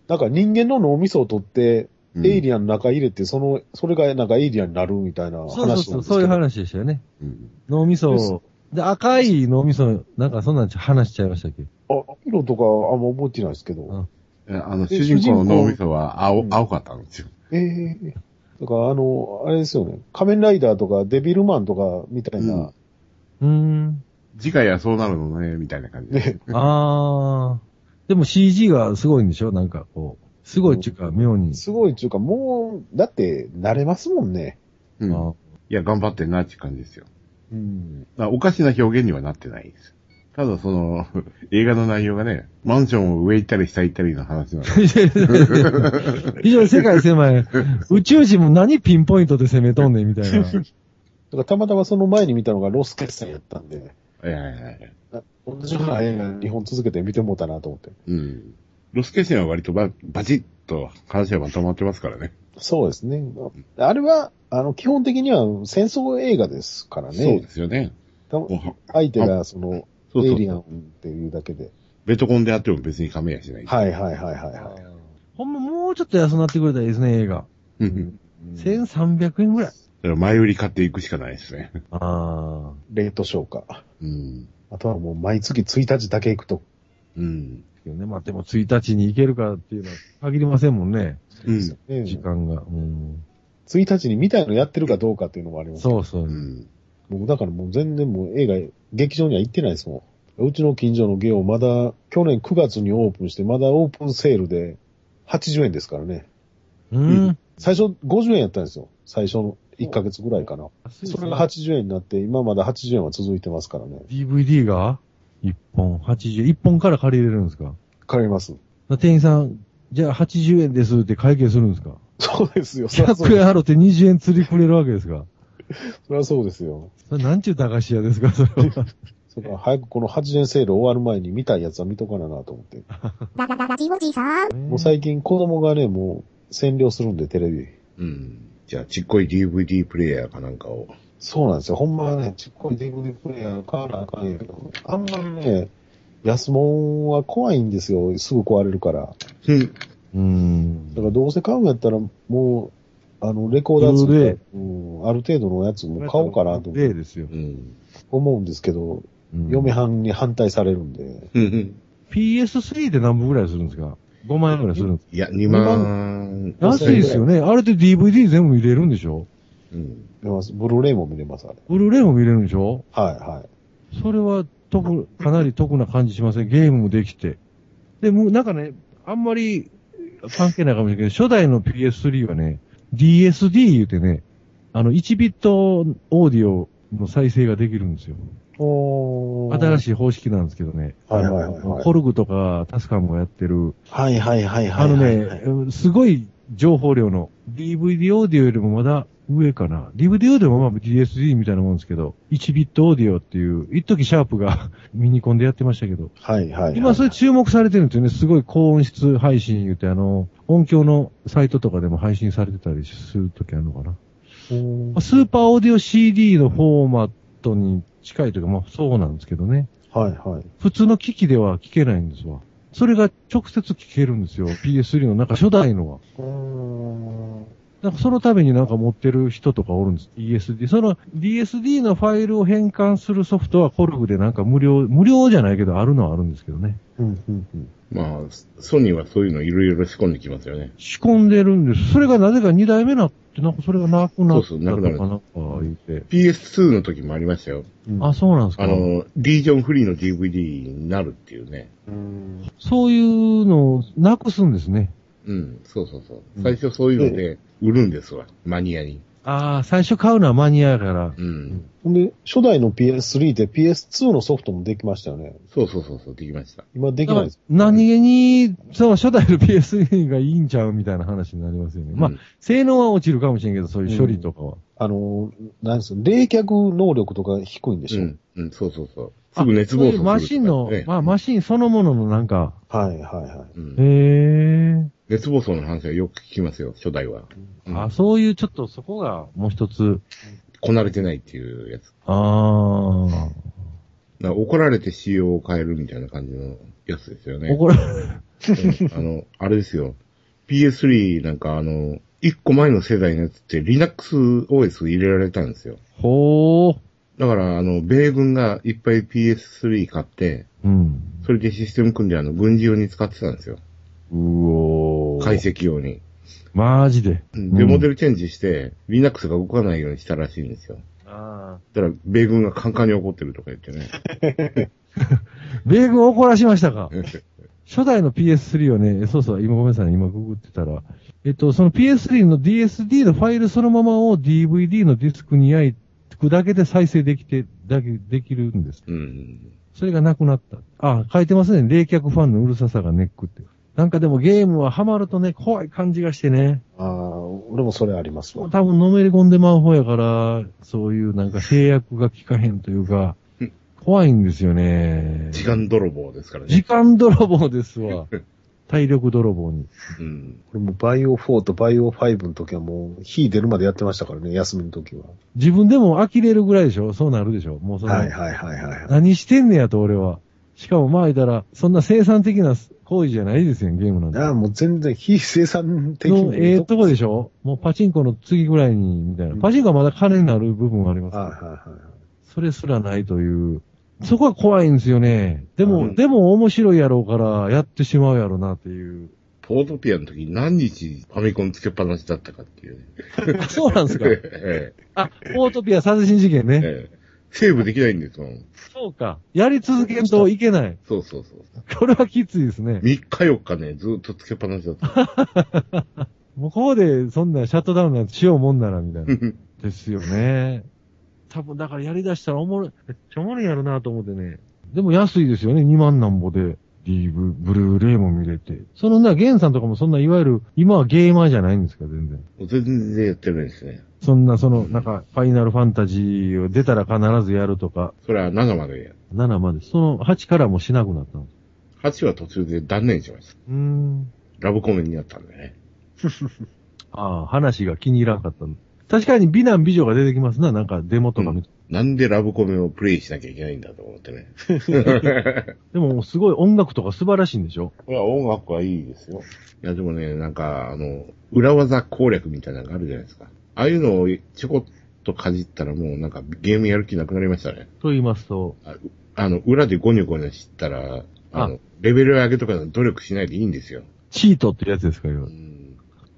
Speaker 4: なんか人間の脳みそを取って、エイリアンの中入れて、その、それがなんかエイリアンになるみたいな話
Speaker 2: そ
Speaker 4: な
Speaker 2: うそう
Speaker 4: んですけ
Speaker 2: そ
Speaker 4: ど。
Speaker 2: う、そういう話でしたよね。
Speaker 3: うん
Speaker 2: 脳みそ
Speaker 4: です
Speaker 2: を、で、赤い脳みそ、なんかそんなん話しちゃいましたっけ
Speaker 4: あ色とかあんま覚えてないですけど。
Speaker 2: うん
Speaker 3: あの、主人公の脳みそは青、青かったんですよ。
Speaker 4: ええだから、あの、あれですよね。仮面ライダーとかデビルマンとかみたいな、
Speaker 3: うん
Speaker 2: うーん。
Speaker 3: 次回はそうなるのね、みたいな感じで。
Speaker 2: あー。でも CG がすごいんでしょなんかこう。すごいっていうか、妙に。
Speaker 4: すごいっていうか、もう、だって、慣れますもんね。
Speaker 3: うん
Speaker 2: あー
Speaker 3: いや、頑張ってんなって感じですよ。
Speaker 2: [LAUGHS]
Speaker 4: うん。
Speaker 3: まあおかしな表現にはなってないです。ただその、 [LAUGHS] 映画の内容がね、マンションを上行ったり下行ったりの話な [LAUGHS] の。
Speaker 2: 非常に世界狭い。宇宙人も何ピンポイントで攻めとんねんみたいな。
Speaker 4: だから、たまたまその前に見たのがロス決戦やったんで、
Speaker 3: いやいやいや
Speaker 4: 同じような映画日本続けて見てもうたなと思って。
Speaker 3: うん。ロスケシンは割とババチッと話はまとまってますからね。
Speaker 4: そうですね。あれは、あの、基本的には戦争映画ですから
Speaker 3: そう
Speaker 4: ね
Speaker 3: で。すよね。
Speaker 4: た
Speaker 3: もうは
Speaker 4: 相手が、その、
Speaker 3: そう
Speaker 4: エ
Speaker 3: そ
Speaker 4: イ
Speaker 3: う
Speaker 4: リアンっていうだけで。
Speaker 3: ベトコンであっても別に亀やしない。
Speaker 4: はいはいはいはいは
Speaker 2: ほんまもうちょっと安なってくれたらいいですね、映画。
Speaker 3: う
Speaker 4: い。
Speaker 3: ん。
Speaker 4: うん
Speaker 2: 1300円ぐらい。
Speaker 3: だから前売り買っていくしかないですね。
Speaker 2: あ
Speaker 4: レートショーか。
Speaker 3: うん。
Speaker 4: あとはもう毎月1日だけ行くと
Speaker 3: う
Speaker 2: ー。
Speaker 3: ん。
Speaker 2: ね、まあ、でも1日に行けるかっていうのは限りませんもんね。
Speaker 3: うん。
Speaker 4: ね
Speaker 2: 時間が。うん。
Speaker 4: 1日に見たいのやってるかどうかっていうのもあります。
Speaker 2: そうそう
Speaker 3: う。ん。
Speaker 4: 僕だからもう全然もう映画、劇場には行ってないですもん。うちの近所のゲオまだ、去年9月にオープンして、まだオープンセールで80円ですからね。
Speaker 2: うん。
Speaker 4: 最初50円やったんですよ。最初の1ヶ月ぐらいかな。それが80円になって、今まだ80円は続いてますからね。
Speaker 2: DVD が1本80、1本から借りれるんですか
Speaker 4: 借ります。 [LAUGHS]
Speaker 2: 店員さん、じゃあ80円ですって会計するんですか
Speaker 4: そうですよ。そりゃそう
Speaker 2: ?100
Speaker 4: です
Speaker 2: 円払って20円釣りくれるわけですか
Speaker 4: それはそうですよ。
Speaker 2: それなんちゅう駄菓子屋ですか、それは。
Speaker 4: それから早くこの8年セール終わる前に見たいやつは見とかななと思って。
Speaker 5: ララララジオじさん。
Speaker 4: もう最近子供がね、もう占領するんで、テレビ。
Speaker 3: うん。じゃあ、ちっこい DVD プレイヤーかなんかを。
Speaker 4: そうなんですよ。ほんまはね、ちっこい DVD プレイヤー買わなあかんやけど、あんまりね、安物は怖いんですよ。すぐ壊れるから。
Speaker 3: うん。
Speaker 2: [LAUGHS] うん
Speaker 4: だからどうせ買うんやったら、もう、あの、レコーダーつ
Speaker 2: ブルー
Speaker 4: いてうん、ある程度のやつも買おうかなと
Speaker 2: 例ですよ。
Speaker 3: うん。
Speaker 4: 思うんですけど、
Speaker 2: うん
Speaker 4: 嫁はんに反対されるんで。
Speaker 3: うん。
Speaker 2: PS3 で何分ぐらいするんですか ?5 万円ぐらいするんですか
Speaker 3: いや、2万。
Speaker 2: 安いですよね。あれって DVD 全部見れるんでしょ
Speaker 3: うん。
Speaker 4: 見ますブルーレイも見れます、あれ。
Speaker 2: ブルーレイも見れるんでしょ
Speaker 4: はい、はい。
Speaker 2: それは、得、かなり得な感じしません。ゲームもできて。で、もうなんかね、あんまり関係ないかもしれないけど、初代の PS3 はね、DSD 言うてね、あの、1ビットオーディオの再生ができるんですよ。
Speaker 4: お
Speaker 2: 新
Speaker 4: い。
Speaker 2: しい方式なんですけどね。
Speaker 4: はいはいはいはい
Speaker 2: コルグとか、タスカムがやってる。
Speaker 4: はいはいはいは
Speaker 2: あ
Speaker 4: い。
Speaker 2: のね、うんすごい情報量の DVD オーディオよりもまだ上かな。DVD オーディオもまあ DSD みたいなもんですけど、1ビットオーディオっていう、一時シャープが [LAUGHS] ミニコンでやってましたけど、
Speaker 4: はいはいはい。
Speaker 2: 今それ注目されてるんですよね。すごい高音質配信言うて、あの、音響のサイトとかでも配信されてたりするときあるのかな。
Speaker 4: うん
Speaker 2: まあスーパーオーディオ CD のフォーマットに近いというか、まあそうなんですけどね。
Speaker 4: はいはい。
Speaker 2: 普通の機器では聞けないんですわ。それが直接聞けるんですよ。PS3 の中初代のは。
Speaker 4: うーん。
Speaker 2: なんかそのためになんか持ってる人とかおるんです。ESD。その DSD のファイルを変換するソフトはコルグでなんか無料、無料じゃないけどあるのはあるんですけどね。
Speaker 4: うんうんうん。
Speaker 3: まあ、ソニーはそういうのいろいろ仕込んできますよね。
Speaker 2: 仕込んでるんです。それがなぜか2代目なって、なんかそれがなくなった
Speaker 3: そうそう
Speaker 2: とかな
Speaker 3: なく
Speaker 2: ん
Speaker 3: な
Speaker 2: か
Speaker 3: る
Speaker 2: 言って。
Speaker 3: PS2 の時もありましたよ。
Speaker 4: うん
Speaker 2: あ、、そうなんですか。
Speaker 3: あの、リージョンフリーの DVD になるっていうね。
Speaker 4: うん。
Speaker 2: そういうのをなくすんですね。
Speaker 3: うん、そうそうそうう。
Speaker 4: ん
Speaker 3: 最初そういうので売るんですわ、マニアに。
Speaker 2: ああ、最初買うのはマニアやから。
Speaker 3: うん。
Speaker 4: ほんで、初代の PS3 で PS2 のソフトもできましたよね。
Speaker 3: そうそうそう、そうできました。
Speaker 4: 今できないです。
Speaker 2: 何気に、その初代の PS3 がいいんちゃうみたいな話になりますよね。まあ
Speaker 3: う、ん
Speaker 2: 性能は落ちるかもしれんけど、そういう処理とかは。
Speaker 4: あの、なんですよ冷却能力とか低いんでし
Speaker 3: う
Speaker 4: ょ、
Speaker 3: ん、うん、そうそうそう。すぐ熱暴走するとか。
Speaker 2: マシンの、
Speaker 3: ええ
Speaker 2: まあ、マシンそのもののなんか、
Speaker 4: はいはいはい。
Speaker 3: うん
Speaker 2: へえ、
Speaker 3: 熱暴走の話はよく聞きますよ、初代は。うん
Speaker 2: あ、そういうちょっとそこがもう一つ、
Speaker 3: こなれてないっていうやつ。
Speaker 2: ああ、
Speaker 3: な怒られて仕様を変えるみたいな感じのやつですよね。
Speaker 2: 怒られる。
Speaker 3: うんあの、あれですよ。PS3 なんかあの、一個前の世代のやつって LinuxOS 入れられたんですよ。
Speaker 2: ほー。
Speaker 3: だから、あの、米軍がいっぱい PS3 買って、
Speaker 2: うん。
Speaker 3: それでシステム組んであの、軍事用に使ってたんですよ。
Speaker 2: うお
Speaker 3: 解。析用に。
Speaker 2: マジで。
Speaker 3: うんで、モデ
Speaker 2: ル。
Speaker 3: ルチェンジして、Linux が動かないようにしたらしいんですよ。
Speaker 2: あ
Speaker 3: だから、米軍がカンカンに怒ってるとか言って [LAUGHS] ね。
Speaker 2: ー米軍を怒らしましたか初代の PS3 はね、そうそう、今ごめんなさいね、今ググってたら、えっと、その PS3 の DSD のファイルそのままを DVD のディスクに焼いくだけで再生できて、だけ、できるんです。
Speaker 3: うん。
Speaker 2: それがなくなった。あ、書いてますね。冷却ファンのうるささがネックって。なんかでもゲームはハマるとね、怖い感じがしてね。
Speaker 4: ああ、俺もそれあります
Speaker 2: 多
Speaker 4: わ。
Speaker 2: 分のめり込んでまう方やから、そういうなんか制約が効かへんというか
Speaker 3: うん、
Speaker 2: 怖いんですよね。
Speaker 3: 時間泥棒ですから
Speaker 2: 時
Speaker 3: ね。
Speaker 2: 間泥棒ですわ。体力泥棒に。
Speaker 3: うん。
Speaker 4: 俺もバイオ4とバイオ5の時はもう、火出るまでやってましたからね、休みの時は。
Speaker 2: 自分でも呆れるぐらいでしょそうなるでしょもうその、
Speaker 4: はいはいはいはいはい。
Speaker 2: 何してんねやと俺は。しかもまあ言ったら、そんな生産的な行為じゃないですよ、ゲームなんて。
Speaker 4: ああ、もう全然非生産的
Speaker 2: の
Speaker 4: に。
Speaker 2: ええとこでしょもうパチンコの次ぐらいに、みたいな。パチンコはまだ金になる部分はあります。
Speaker 4: はいはいはい。
Speaker 2: それすらないという。そこは怖いんですよね。でも、
Speaker 3: うん
Speaker 2: でも面白いやろうから、やってしまうやろうなっていう。
Speaker 3: ポートピアの時何日ファミコンつけっぱなしだったかって [LAUGHS] いうね。
Speaker 2: あそうなんですか。
Speaker 3: [LAUGHS] え
Speaker 2: あ、オートピア殺人事件
Speaker 3: え
Speaker 2: ね。
Speaker 3: ええセーブできないんですもん。
Speaker 2: そうか。やり続けんといけない。
Speaker 3: そうそうそう。
Speaker 2: これはきついですね
Speaker 3: 3。日4日ね、ずーっとつけっぱなし [LAUGHS] だった。
Speaker 2: もうここでそんなシャットダウンなんてしようもんなら、みたいな。
Speaker 3: うん
Speaker 2: ですよね。 [LAUGHS] 多分だからやり出したらおもろい、めっちゃおもろいやろなと思ってね。でも安いですよね、2万なんぼで。
Speaker 6: DVD、ブルーレイも見れて。
Speaker 2: そのな、ゲンさんとかもそんな、いわゆる、今はゲーマーじゃないんですか、全然。
Speaker 3: 全然やってないですね。
Speaker 2: そんな、その、なんか、ファイナルファンタジーを出たら必ずやるとか、
Speaker 3: それは7までや。
Speaker 2: 7まで、その8からもしなくなったの。
Speaker 3: 8は途中で断念しました。
Speaker 2: うーん。
Speaker 3: ラブコメになったんでね。
Speaker 2: ああ、話が気に入らなかったの。確かに美男美女が出てきますな、なんかデモとか見て。
Speaker 3: なんでラブコメをプレイしなきゃいけないんだと思ってね。
Speaker 2: でも、すごい音楽とか素晴らしいんでしょ
Speaker 3: いや、音楽はいいですよ。いや、でもね、なんか、あの、裏技攻略みたいなのがあるじゃないですか。ああいうのをちょこっとかじったらもうなんかゲームやる気なくなりましたね。
Speaker 2: と言いますと、
Speaker 3: あの、裏でゴニョゴニョしたら、あの、
Speaker 2: あ
Speaker 3: レベル上げとかの努力しないでいいんですよ。
Speaker 2: チートってやつですか、今
Speaker 3: う。ん。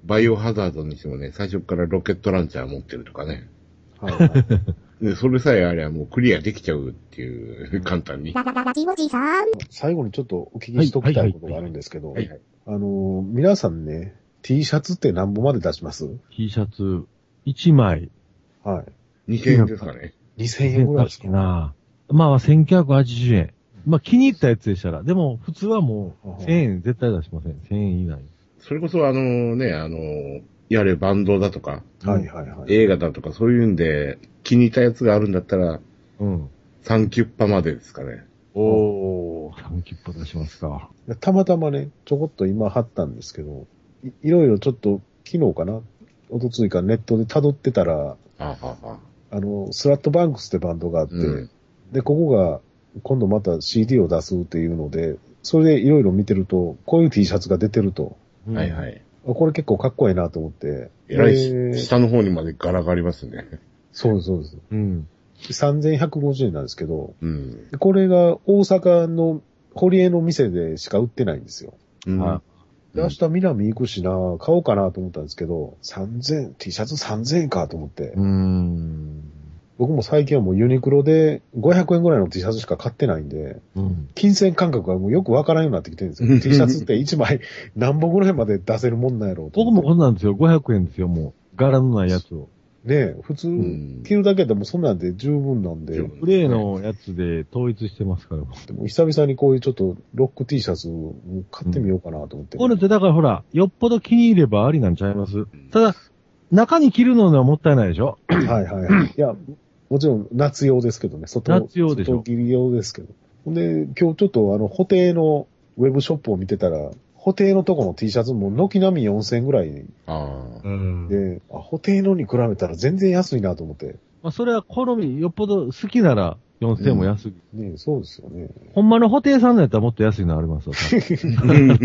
Speaker 3: バイオハザードにしてもね、最初からロケットランチャー持ってるとかね。 [LAUGHS] で、それさえあればもうクリアできちゃうっていう、簡単に。
Speaker 5: ララララジオジさん。
Speaker 4: 最後にちょっとお聞きしときたいことがあるんですけど、
Speaker 3: はいはい
Speaker 4: あのー、皆さんね、T シャツって何本まで出します
Speaker 2: T シャツ、1枚。
Speaker 4: は
Speaker 3: 2000円ですかね。
Speaker 4: い。2000円ぐらいですか
Speaker 2: なあまあ、1980円。まあ、気に入ったやつでしたら。でも、普通はもう、1000円絶対出しません。1000円以内。
Speaker 3: それこそあのね、あの、やれバンドだとか、
Speaker 4: はいはいはい。
Speaker 3: 映画だとかそういうんで気に入ったやつがあるんだったら、
Speaker 2: うん。
Speaker 3: サンキュッパまでですかね。
Speaker 4: お
Speaker 2: 3キッパ出しますか。
Speaker 4: たまたまね、ちょこっと今貼ったんですけど、いいろいろちょっと昨日かな、おとついかネットで辿ってたら、
Speaker 3: ああ、ああ、
Speaker 4: あの、スラットバンクスってバンドがあって、
Speaker 3: うん
Speaker 4: で、ここが今度また CD を出すっていうので、それでいろいろ見てると、こういう T シャツが出てると、
Speaker 3: はいはい。
Speaker 4: あこれ結構かっこいいなと思って、
Speaker 3: えらい
Speaker 4: えー
Speaker 3: し、下の方にまで柄がありますね。
Speaker 4: そうですそうです。
Speaker 2: うん。
Speaker 4: 3150円なんですけど、
Speaker 3: うん。
Speaker 4: これが大阪の堀江の店でしか売ってないんですよ。
Speaker 3: うん
Speaker 2: あ
Speaker 4: で、明日南行くしな、買おうかなと思ったんですけど、3000、T シャツ3000円かと思って
Speaker 2: う、ーん。
Speaker 4: 僕も最近はもうユニクロで500円ぐらいの T シャツしか買ってないんで、
Speaker 2: うん。
Speaker 4: 金銭感覚がもうよくわからんようになってきてるんですよ。T シャツって1枚何本ぐらいまで出せるもんなんやろうと
Speaker 2: 僕
Speaker 4: 思
Speaker 2: も
Speaker 4: って。
Speaker 2: こんなんですよ。500円ですよ、もう。柄のないやつを。
Speaker 4: ねえ普通、
Speaker 3: うん
Speaker 4: 着るだけでもそんなんで十分なんで、
Speaker 3: 十
Speaker 4: で
Speaker 3: 分
Speaker 2: プレイのやつで統一してますから。
Speaker 4: も久々にこういうちょっとロック T シャツを買ってみようかなと思って。
Speaker 2: これってだからほら、よっぽど気に入ればありなんちゃいますただ、中に着るのはもったいないでしょ
Speaker 4: はいはいはい。いや、もちろん夏用ですけどね、外
Speaker 2: 夏用でしょ
Speaker 4: 外着用ですけど。ほんで、今日ちょっとあの、補定のウェブショップを見てたら、補定のとこの T シャツも軒並み4000円ぐらい
Speaker 1: [LAUGHS]
Speaker 3: ああ。
Speaker 1: うん。
Speaker 4: で、あ、補定のに比べたら全然安いなと思って。
Speaker 2: まあ、それは好み、よっぽど好きなら4000円も安い。
Speaker 4: ねえそうですよね。
Speaker 2: ほんまの補定さんのやったらもっと安いのありますよ。多分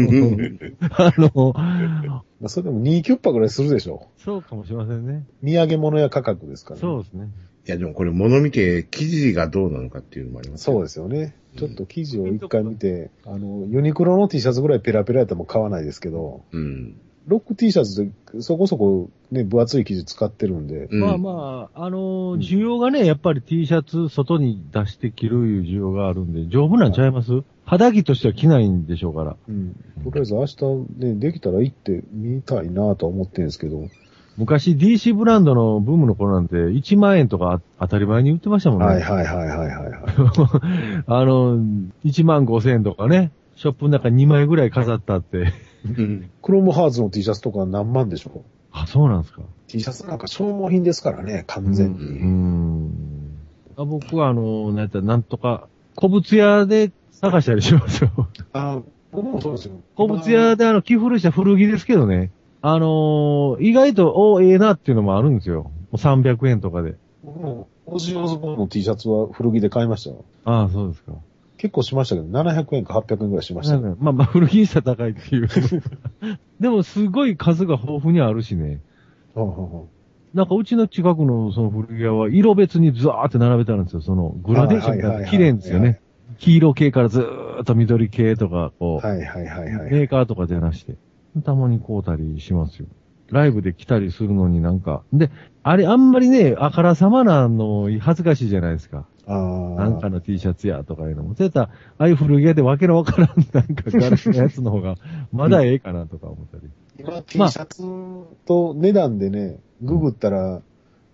Speaker 2: あの、
Speaker 4: まあ、それでも2キュッパぐらいするでしょ。
Speaker 2: そうかもしれませんね。
Speaker 4: 土産物や価格ですからね。
Speaker 2: そうですね。
Speaker 3: いや、でもこれ物見て生地がどうなのかっていうのもありますね
Speaker 4: そうですよね。ちょっと記事を一回見て、あの、ユニクロの T シャツぐらいペラペラやったらもう買わないですけど、
Speaker 3: うん。
Speaker 4: ロック T シャツでそこそこね、分厚い生地使ってるんで、
Speaker 3: うん。
Speaker 2: まあまあ、あのー需要がね、やっぱり T シャツ外に出して着るいう需要があるんで、丈夫なんちゃいます肌着としては着ないんでしょうから。
Speaker 4: うんとりあえず明日ね、できたら行ってみたいなとは思ってるんですけど。
Speaker 2: 昔 DC ブランドのブームの頃なんて1万円とか当たり前に売ってましたもんね。
Speaker 4: はいはいはいはいはいはい。
Speaker 2: あの、1万5千円とかね、ショップの中2枚ぐらい飾ったって。
Speaker 3: うん。
Speaker 4: クロムハーツの T シャツとか何万でしょ
Speaker 2: あ、そうなんですか。
Speaker 4: ?T シャツなんか消耗品ですからね、完全
Speaker 2: うー
Speaker 4: に。
Speaker 2: ん。あ僕はあの、なんやったらなんとか、古物屋で探したりします
Speaker 4: [LAUGHS]
Speaker 2: よ。
Speaker 4: ああ、僕もそうですよ。
Speaker 2: 古物屋であの、着古した古着ですけどね。あのー意外と、おええなっていうのもあるんですよ。もう300円とかで。
Speaker 4: 僕も、オジオズボーンの T シャツは古着で買いましたよ。
Speaker 2: ああ、そうですか。
Speaker 4: 結構しましたけど、700円か800円ぐらいしました
Speaker 2: な
Speaker 4: よ。
Speaker 2: んかまあまあ、古着にしたら高いって
Speaker 4: [LAUGHS]
Speaker 2: いう。でも、すごい数が豊富にあるしね。
Speaker 4: ほうほうほ
Speaker 2: なんかうちの近くのその古着屋は色別にずわーって並べてあるんですよ。その
Speaker 4: う
Speaker 2: グラデーション
Speaker 4: はいはいはい
Speaker 2: が
Speaker 4: はい
Speaker 2: 綺麗んですよね。黄色系からずーっと緑系とか、こう、
Speaker 4: はいはいはいはい。
Speaker 2: メーカーとかじゃなして。たまに買うたりしますよ。ライブで来たりするのになんか。で、あれあんまりね、あからさまなの恥ずかしいじゃないですか。
Speaker 4: ああ。
Speaker 2: なんかの T シャツやとかいうのも。そうやったら、ああいう古着屋でわけのわからんなんかガラスのやつの方が、まだええかなとか思ったり。
Speaker 4: 今 T シャツと値段でね、ググったら、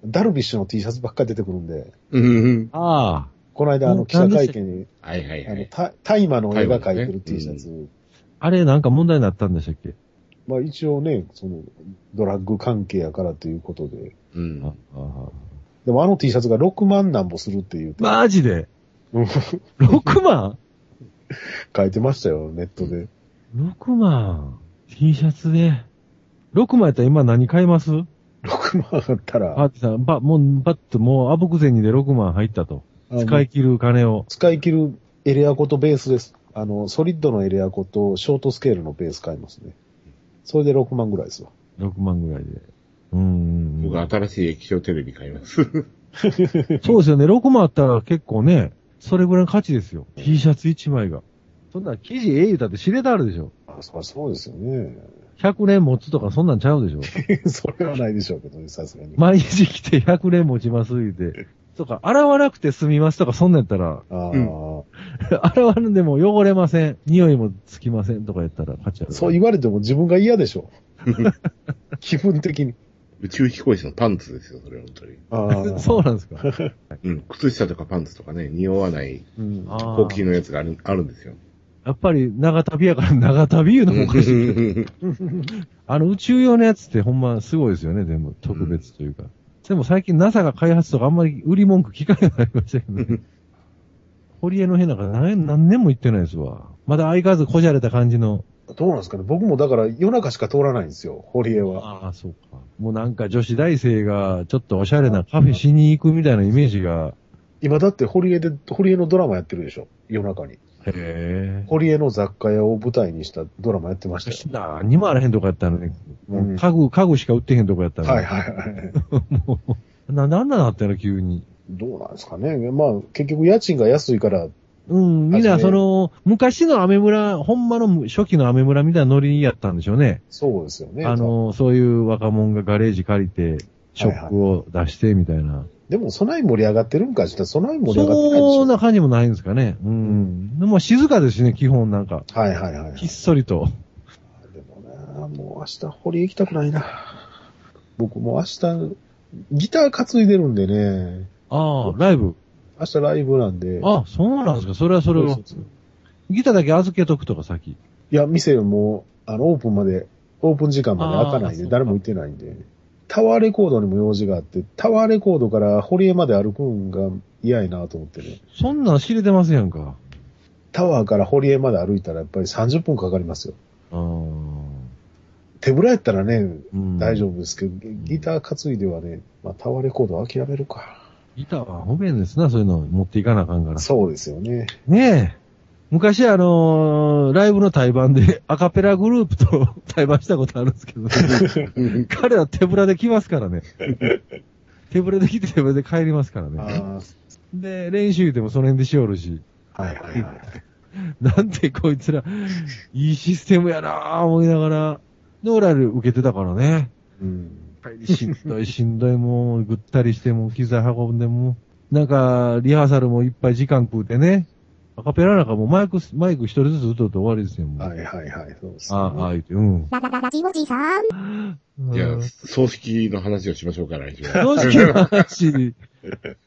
Speaker 4: ダルビッシュの T シャツばっかり出てくるんで、
Speaker 3: うん。
Speaker 2: ああ。
Speaker 4: この間、あ
Speaker 2: う
Speaker 4: の、
Speaker 2: ん
Speaker 4: 記者会見に、
Speaker 3: はいはい
Speaker 4: あ
Speaker 3: は
Speaker 4: の、
Speaker 3: い。
Speaker 4: た大麻の絵が描
Speaker 3: 大
Speaker 4: いてる
Speaker 3: 麻のね
Speaker 4: T シャツ、
Speaker 2: あれなんか問題になったんでしたっけ
Speaker 4: まあ一応ね、その、ドラッグ関係やからということで、
Speaker 3: うん
Speaker 2: あ。あ
Speaker 4: でもあの T シャツが6万なんぼするっていうて、
Speaker 2: マジ
Speaker 4: [LAUGHS]
Speaker 2: で
Speaker 4: うん
Speaker 2: ?6 万
Speaker 4: 書いてましたよ、ネットで。
Speaker 2: ?6 万 ?T シャツで。6万やったら今何買います
Speaker 4: 6万あったら、
Speaker 2: パーティーさん、ば、もう、ばっと、もう、あぶく銭で6万入ったと。
Speaker 4: あの
Speaker 2: 使い切る金を。
Speaker 4: 使い切るエレアコとベースです。あの、ソリッドのエレアコとショートスケールのベース買いますね。それで6万ぐらいですわ。
Speaker 2: 6万ぐらいで。うんうん
Speaker 3: 僕、
Speaker 2: うん。
Speaker 3: 新しい液晶テレビ買います。 [LAUGHS]
Speaker 2: そうですよね。6万あったら結構ね、それぐらいの価値ですよ。T シャツ1枚が。そんな生地ええ言うたって知れたあるでしょ。
Speaker 4: あそりゃそうですよね。 [LAUGHS]
Speaker 2: 100年持つとかそんなんちゃうでしょ。
Speaker 4: それはないでしょうけどね、さすがに。
Speaker 2: 毎日来て100年持ちます言うて。とか、洗わなくて済みますとかそんなんやったら、 [LAUGHS]
Speaker 4: ああ、
Speaker 2: 洗わんでも汚れません。匂いもつきませんとかやったら価値ある。
Speaker 4: そう言われても自分が嫌でしょ。気分的に。
Speaker 3: 宇宙飛行士のパンツですよ、それ本当に。
Speaker 4: ああ、
Speaker 2: そうなんですか。
Speaker 3: うん。靴下とかパンツとかね、匂わない
Speaker 4: うん。
Speaker 2: あー
Speaker 3: 高級のやつがあるあるんで
Speaker 2: [LAUGHS]
Speaker 3: すよ。
Speaker 2: やっぱり長旅やから長旅言うのもおかしいけど。あの宇宙用のやつってほんますごいですよね、全部。特別というか。でも最近 NASA が開発とかあんまり売り文句聞かなくなりましたけどね。 [LAUGHS] 堀江の辺なんか何何年も行ってないですわ。まだ相変わらずこじゃれた感じの。
Speaker 4: どうなんですかね僕もだから夜中しか通らないんですよ、堀江は。
Speaker 2: ああ、そうか。もうなんか女子大生がちょっとおしゃれなカフェしに行くみたいなイメージが。
Speaker 4: 今だって堀江で、堀江のドラマやってるでしょ夜中に。
Speaker 2: へえ。
Speaker 4: 堀江の雑貨屋を舞台にしたドラマやってましたよ。
Speaker 2: 何もあらへんとこやったのに。もううん家具、家具しか売ってへんとこやったのに。
Speaker 4: はいはいはい。
Speaker 2: もう、な、なんなんだったの急に。
Speaker 4: どうなんですかね。まあ、結局家賃が安いから、
Speaker 2: うん、みん
Speaker 4: は
Speaker 2: な
Speaker 4: じめ
Speaker 2: その、昔のアメ村、ほんまの初期のアメ村みたいなノリやったんでしょうね。
Speaker 4: そうですよね。
Speaker 2: あの、そういう若者がガレージ借りて、ショップを出してみたいな。
Speaker 4: でも、そない盛り上がってるんかしたら、そない盛り上がってないでし
Speaker 2: そ
Speaker 4: ょ。
Speaker 2: んな感じもないんですかね。うん。でも静かですね、基本なんか。
Speaker 4: はいはいはいはい。
Speaker 2: ひっそりと。
Speaker 4: でもな、もう明日堀江行きたくないな。僕もう明日、ギター担いでるんでね、
Speaker 2: ああ、ライブ。
Speaker 4: 明日ライブなんで。
Speaker 2: あそうなんですか。それはそれは
Speaker 4: そう。そうそう
Speaker 2: ギターだけ預けとくとか先。
Speaker 4: いや、店もう、あの、オープンまで、オープン時間まで開かないん
Speaker 2: あーそう
Speaker 4: で、
Speaker 2: か
Speaker 4: 誰も行ってないんで。タワーレコードにも用事があって、タワーレコードから堀江まで歩くんが嫌やなと思ってね。
Speaker 2: そんなん知れてますやんか。
Speaker 4: タワーから堀江まで歩いたらやっぱり30分かかりますよ。
Speaker 2: ああ。
Speaker 4: 手ぶらやったらね、
Speaker 2: うん
Speaker 4: 大丈夫ですけど、ギギター担いではね、まあ、タワーレコード諦めるか。
Speaker 2: ギターは不便ですな、そういうの持っていかなあかんから。
Speaker 4: そうですよね。
Speaker 2: ねえ。昔あのーライブの対バンでアカペラグループと [LAUGHS] 対バンしたことあるんですけど、彼ら手ぶらで来ますからね。手ぶらで来て手ぶらで帰りますからね。
Speaker 4: あ
Speaker 2: で、練習でもその辺でしおるし、
Speaker 4: あ、はいはいはい。
Speaker 2: なんてこいつら、いいシステムやなぁ思いながら、で、俺ら受けてたからね。
Speaker 4: うん。
Speaker 2: しんどいしんどいもう、ぐったりしてもう機材運んでもう、なんか、リハーサルもいっぱい時間食うてね、アカペラなんかもうマイク、マイク一人ずつ歌うと終わりですよ、もう。
Speaker 4: はいはいはい、そうです、
Speaker 2: ああ、ああ言うて、うん。
Speaker 5: ララララジオジさん。
Speaker 3: じゃ
Speaker 2: う
Speaker 3: あ、
Speaker 2: ん
Speaker 3: 葬式の話をしましょうか、来週は。
Speaker 2: 葬式の話、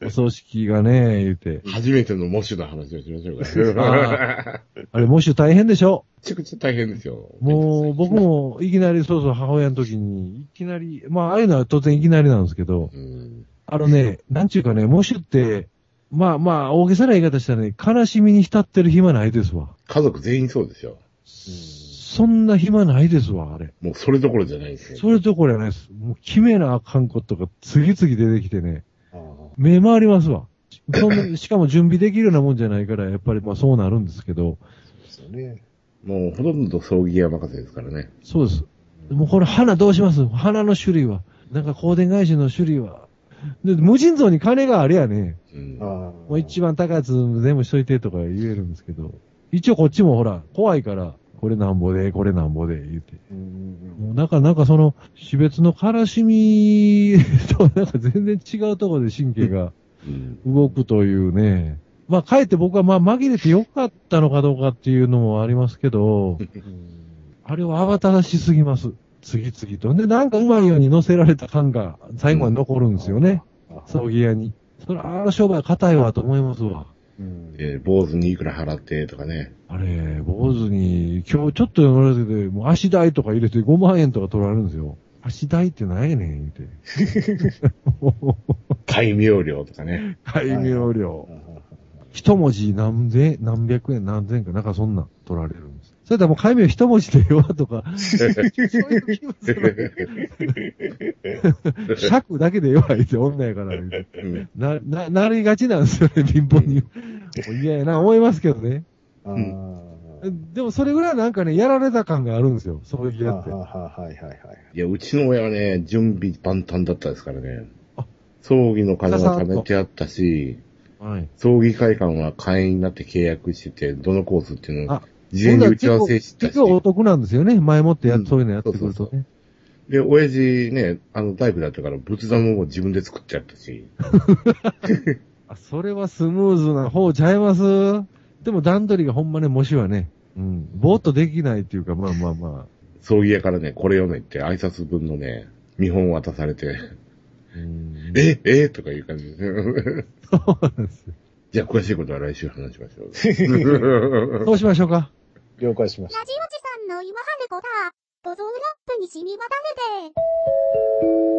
Speaker 2: お葬式がね、言うて。
Speaker 3: 初めての模試の話をしましょうか。
Speaker 2: [LAUGHS] あれ、もし大変でしょ
Speaker 3: めちゃくちゃ大変ですよ。
Speaker 2: もう、僕も、いきなり、そうそう、母親の時に、いきなり、まあ、ああいうのは当然いきなりなんですけど、
Speaker 3: うん。
Speaker 2: あのね、なんちゅうかね、もしって、まあまあ、大げさな言い方したらね、悲しみに浸ってる暇ないですわ。
Speaker 3: 家族全員そうですよ。
Speaker 2: そんな暇ないですわ、あれ。
Speaker 3: もうそれどころじゃないですよ。
Speaker 2: それどころやないです。もう、決めなあかんことが次々出てきてね、
Speaker 4: ああ
Speaker 2: 目回りますわ。そんなしかも準備できるようなもんじゃないから、やっぱりまあそうなるんですけど、
Speaker 4: そうですよね。
Speaker 3: もうほとんど葬儀屋任せですからね。
Speaker 2: そうです。もうこれ花どうします花の種類は。なんか光電会社の種類は。で、無尽蔵に金があれやね。
Speaker 3: うん
Speaker 4: ああ。
Speaker 2: もう一番高いやつ全部しといてとか言えるんですけど。一応こっちもほら、怖いから、これなんぼで、これなんぼで、言って。
Speaker 4: うんうん
Speaker 2: もうなんか、なんかその、死別の悲しみとなんか全然違うところで神経が
Speaker 3: うん
Speaker 2: 動くというね。まあ、かえって僕はまあ紛れてよかったのかどうかっていうのもありますけど、
Speaker 4: うんうん
Speaker 2: あれは慌ただしすぎます。次々と。で、なんかうまいように乗せられた感が最後に残るんですよね。
Speaker 4: ああ
Speaker 2: 葬儀屋に。それ、あの商売硬いわと思いますわ。
Speaker 4: うん
Speaker 3: で、坊主にいくら払ってとかね。
Speaker 2: あれ、坊主に、今日ちょっと乗らせて、もう足代とか入れて5万円とか取られるんですよ。足代ってなんやねん、って。
Speaker 4: [LAUGHS]
Speaker 3: 大名料とかね。
Speaker 2: 大名料。一文字何千、何百円、何千円か、なんかそんなん取られるんです。それともう改名一文字でよとか、そういう気もする。尺だけで弱いって女やから、
Speaker 3: うん
Speaker 2: な、な、なりがちなんですよね、貧乏に。もう嫌やな、思いますけどね。
Speaker 4: あー
Speaker 2: でもそれぐらいなんかね、やられた感があるんですよ、そういう
Speaker 4: は
Speaker 2: や
Speaker 4: は
Speaker 2: って。
Speaker 4: ははいはいはい。
Speaker 3: [LAUGHS] いや、うちの親はね、準備万端だったですからね
Speaker 2: あ。
Speaker 3: 葬儀の金は貯めてあったし、
Speaker 2: はい。
Speaker 3: 葬儀会館は会員になって契約してて、どのコースっていうのを
Speaker 2: あ
Speaker 3: 事前に打ち合わせしたし
Speaker 2: 結、構お得なんですよね、前もってや、
Speaker 3: うん
Speaker 2: そういうのやってくる
Speaker 3: そう
Speaker 2: とね。
Speaker 3: で、親父ね、あの大工だったから仏壇も自分で作ってやったし、
Speaker 2: あ、それはスムーズな方ちゃいますでも段取りがほんまね、もしはね、うん、ぼーっとできないっていうか、まあまあま
Speaker 3: 葬儀屋からね、これ読めって挨拶文のね、見本渡されて、
Speaker 2: あ。うん、
Speaker 3: ええとかいう感じで。
Speaker 2: そうなんですよ
Speaker 3: [LAUGHS] じゃあ、詳しいことは来週話しまし [LAUGHS] ょ
Speaker 2: どうしましょうか
Speaker 4: 了解しまし
Speaker 5: ラジオジさんの今春子だ。ドゾーラップに染み渡れて。